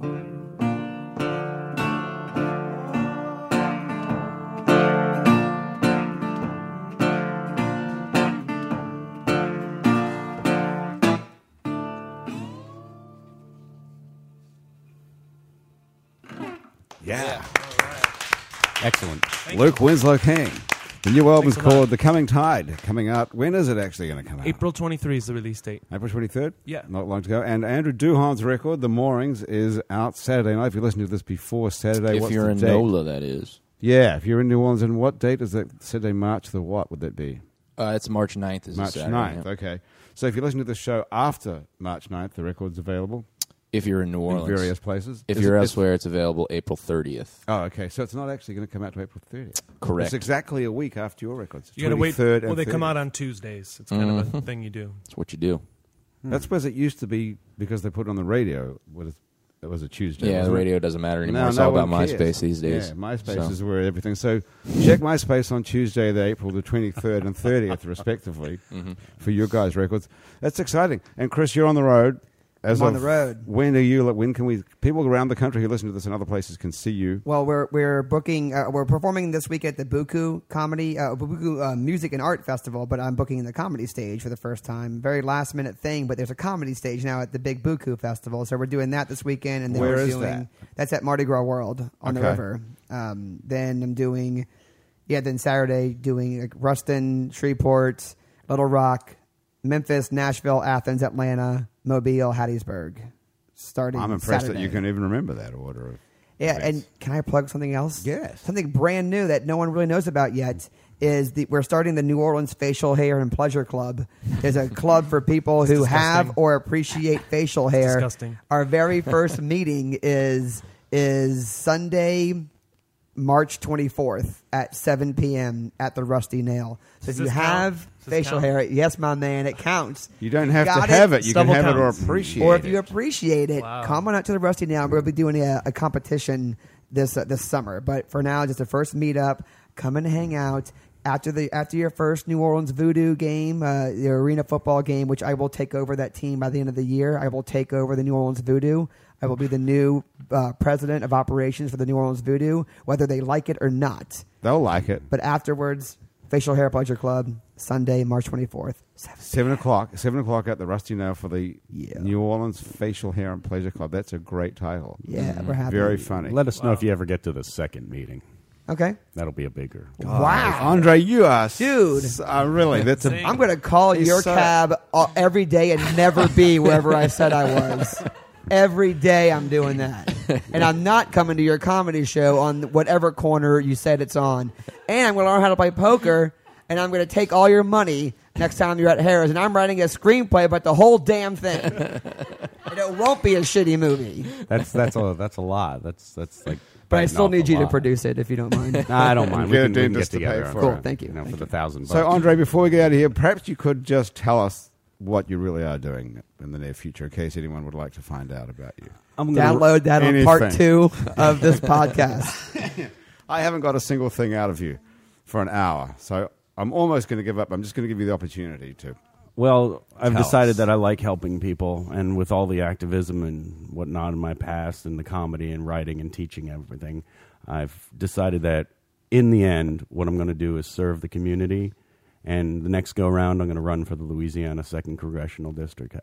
Yeah.
Excellent.
Luke Winslow King. The new album's called The Coming Tide. Coming out. When is it actually going to come out?
April 23 is the release date.
April 23rd?
Yeah.
Not long to go. And Andrew Duhon's record, The Moorings, is out Saturday night. If you listen to this before Saturday,
if
what's
you're
the
in
date?
NOLA, that is.
Yeah, if you're in New Orleans. And what date is that? Saturday, March the what would that be?
Uh, it's March 9th. Is a
March
Saturday,
ninth. 9th.
yeah.
Okay. So if you listen to this show after March 9th, the record's available
If you're in New Orleans.
in various places.
if
Is
you're
it- it's-
elsewhere, it's available April 30th.
Oh, okay. So it's not actually going to come out to April 30th.
Correct.
It's exactly a week after your records.
You gotta wait.
23rd and
Well, they come
30th.
out on Tuesdays. It's kind of a thing you do.
That's what you do.
That's because it used to be because they put it on the radio. What is, it was a Tuesday.
Yeah, the
wasn't it?
radio doesn't matter anymore.
No,
it's
no
all about
one cares.
MySpace these days.
Yeah, MySpace
So-
is where everything. So check MySpace on Tuesday, the April the 23rd and 30th, respectively,
Mm-hmm.
for your guys' records. That's exciting. And Chris, you're on the road. As
I'm on
of
the road.
When are you? When can we? People around the country who listen to this and other places can see you.
Well, we're we're booking. Uh, we're performing this week at the Buku Comedy uh, Buku uh, Music and Art Festival, but I'm booking the comedy stage for the first time. Very last minute thing, but there's a comedy stage now at the Big Buku Festival, so we're doing that this weekend, and then
Where
we're
is
doing
that?
that's at Mardi Gras World on the
Okay.
river. Um, then I'm doing, yeah, then Saturday doing like Ruston, Shreveport, Little Rock, Memphis, Nashville, Athens, Atlanta, Mobile, Hattiesburg. Starting,
I'm impressed that you
Saturday.
can even remember that order. Of
Yeah,
events.
and can I plug something else?
Yes.
Something brand new that no one really knows about yet is the, we're starting the New Orleans Facial Hair and Pleasure Club. There's a club for people who have or appreciate facial hair.
disgusting.
Our very first meeting is is Sunday, March 24th at 7 p.m. at the Rusty Nail. So if
Does
you
this count?
have
Does this
facial
count?
hair, yes, my man, it counts.
You don't have
Got
to have it. You
Double
can have
counts.
it or appreciate
Or if you
it.
appreciate it,
Wow.
come on out to the Rusty Nail. We'll be doing a, a competition this uh, this summer. But for now, just the first meetup. Come and hang out after the after your first New Orleans Voodoo game, uh, the arena football game, which I will take over that team by the end of the year. I will take over the New Orleans Voodoo. I will be the new uh, president of operations for the New Orleans Voodoo, whether they like it or not.
They'll like it.
But afterwards, Facial Hair Pleasure Club, Sunday, March twenty fourth, seven.
Seven o'clock. Seven o'clock at the Rusty Nail for the
Yeah.
New Orleans Facial Hair and Pleasure Club. That's a great title.
Yeah, we're happy.
Very funny.
Let us know if you ever get to the second meeting.
Okay.
That'll be a bigger.
wow.
Andre, you are
Dude.
s- uh, really, that's a.
I'm going to call
He's
your
so-
cab all, every day and never be wherever I said I was. Every day I'm doing that. And I'm not coming to your comedy show on whatever corner you said it's on. And I'm going to learn how to play poker and I'm going to take all your money next time you're at Harris and I'm writing a screenplay about the whole damn thing. and it won't be a shitty movie.
That's that's a that's a lot. That's that's like.
But I
biting
still
off
need
a
you to
lot.
produce it if you don't mind.
Nah, I don't mind. We
Get a
can, we can get
dentist to pay
together.
for
on
it.
that,
Cool, thank you,
know, for
thank
the thousand bucks.
So, Andre, before we get out of here, perhaps you could just tell us what you really are doing in the near future, in case anyone would like to find out about you.
I'm gonna-
Download that on part
Anything.
two of this podcast.
I haven't got a single thing out of you for an hour, so I'm almost going to give up. I'm just going to give you the opportunity to.
Well, I've
Tell
decided
us.
that I like helping people, and with all the activism and whatnot in my past, and the comedy and writing and teaching everything, I've decided that in the end, what I'm going to do is serve the community. And the next go round, I'm going to run for the Louisiana Second Congressional District.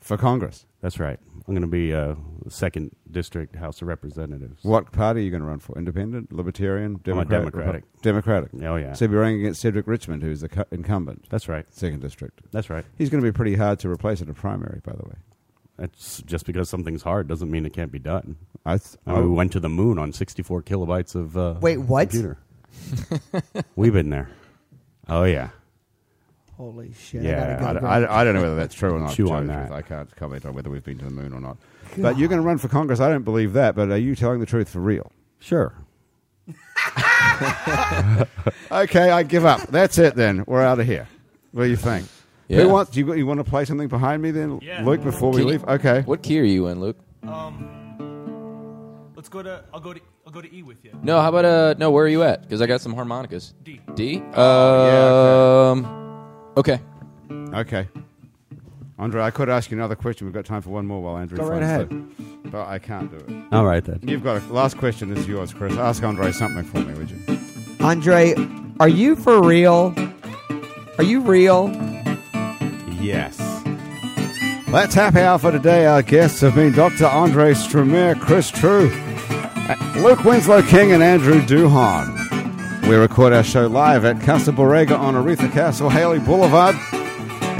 for Congress.
That's right. I'm going to be uh, the Second District House of Representatives.
What party are you going to run for? Independent, Libertarian,
I'm a
Democrat,
Democratic.
Repu- Democratic.
Oh, yeah.
So you'll be running against Cedric Richmond, who's the cu- incumbent,
That's right.
second district.
That's right.
He's going to be pretty hard to replace in a primary, by the way.
That's just because something's hard doesn't mean it can't be done.
I th-
I mean, we went to the moon on 64 kilobytes of uh,
Wait, what?
Computer. We've been there. Oh yeah,
Holy shit.
Yeah,
I gotta go
I,
to
don't-
bed.
I don't- I don't know whether that's true or not.
Chew
to tell
on
you the truth.
that.
I can't comment on whether we've been to the moon or not. But you're going to run for Congress. I don't believe that. But are you telling the truth for real?
sure.
Okay, I give up. That's it. Then we're out of here. What do you think?
Yeah.
Who wants? Do you, you want to play something behind me then,
Yeah.
Luke? Before we
Can you-
leave, okay.
What key are you in, Luke?
Let's go to. I'll go to. I'll go to E with you.
No, how about uh no, where are you at? Because I got some harmonicas.
D.
D? Um
Oh,
okay.
Okay. Andre, I could ask you another question. We've got time for one more while Andrew
Go right
finds
ahead.
the- But I can't do it.
All right then.
You've got a last question is yours, Chris. Ask Andre something for me, would you?
Andre, are you for real? Are you real?
Yes.
That's happy hour for today. Our guests have been Dr. Andre Strumer, Chris True, Luke Winslow King, and Andrew Duhon. We record our show live at Casa Borrega on Aretha Castle, Haley Boulevard.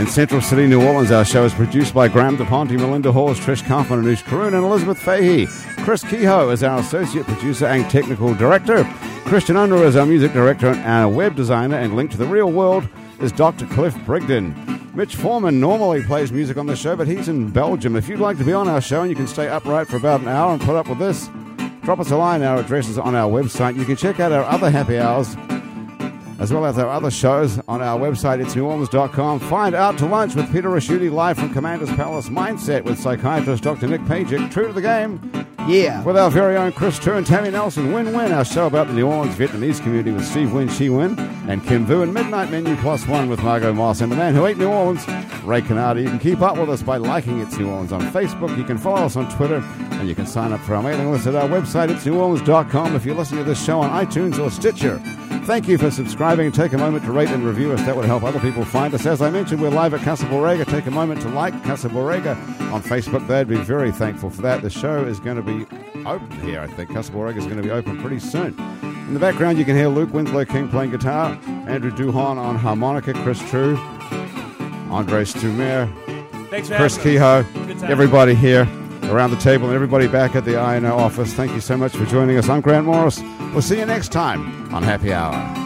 In Central City, New Orleans, our show is produced by Graham DePonte, Melinda Hawes, Trish Kaufman, Anoush Karun, and Elizabeth Fahey. Chris Kehoe is our associate producer and technical director. Christian Under is our music director and our web designer, and linked to the real world is Dr. Cliff Brigden. Mitch Foreman normally plays music on the show, but he's in Belgium. If you'd like to be on our show and you can stay upright for about an hour and put up with this, drop us a line. Our address is on our website. You can check out our other happy hours as well as our other shows on our website, it's neworleans.com. Find Out to Lunch with Peter Raschuti live from Commander's Palace Mindset with psychiatrist Dr. Nick Pajic. True to the game
Yeah.
with our very own Chris True and Tammy Nelson. Win Win, our show about the New Orleans Vietnamese community with Steve Win, She Win, and Kim Vu, and Midnight Menu Plus One with Margot Moss and the man who ate New Orleans, Ray Canada. You can keep up with us by liking It's New Orleans on Facebook. You can follow us on Twitter, and you can sign up for our mailing list at our website, it'sneworleans.com, if you listen to this show on iTunes or Stitcher. Thank you for subscribing. Take a moment to rate and review us. That would help other people find us. As I mentioned, we're live at Casa Borrega. Take a moment to like Casa Borrega on Facebook. They'd be very thankful for that. The show is going to be open here, I think. Casa Borrega is going to be open pretty soon. In the background, you can hear Luke Winslow King playing guitar, Andrew Duhon on harmonica, Chris True, Andres Stumer,
Thanks for
Chris
having us.
Kehoe,
Good time.
everybody here around the table, and everybody back at the INO office. Thank you so much for joining us. I'm Grant Morris. We'll see you next time on Happy Hour.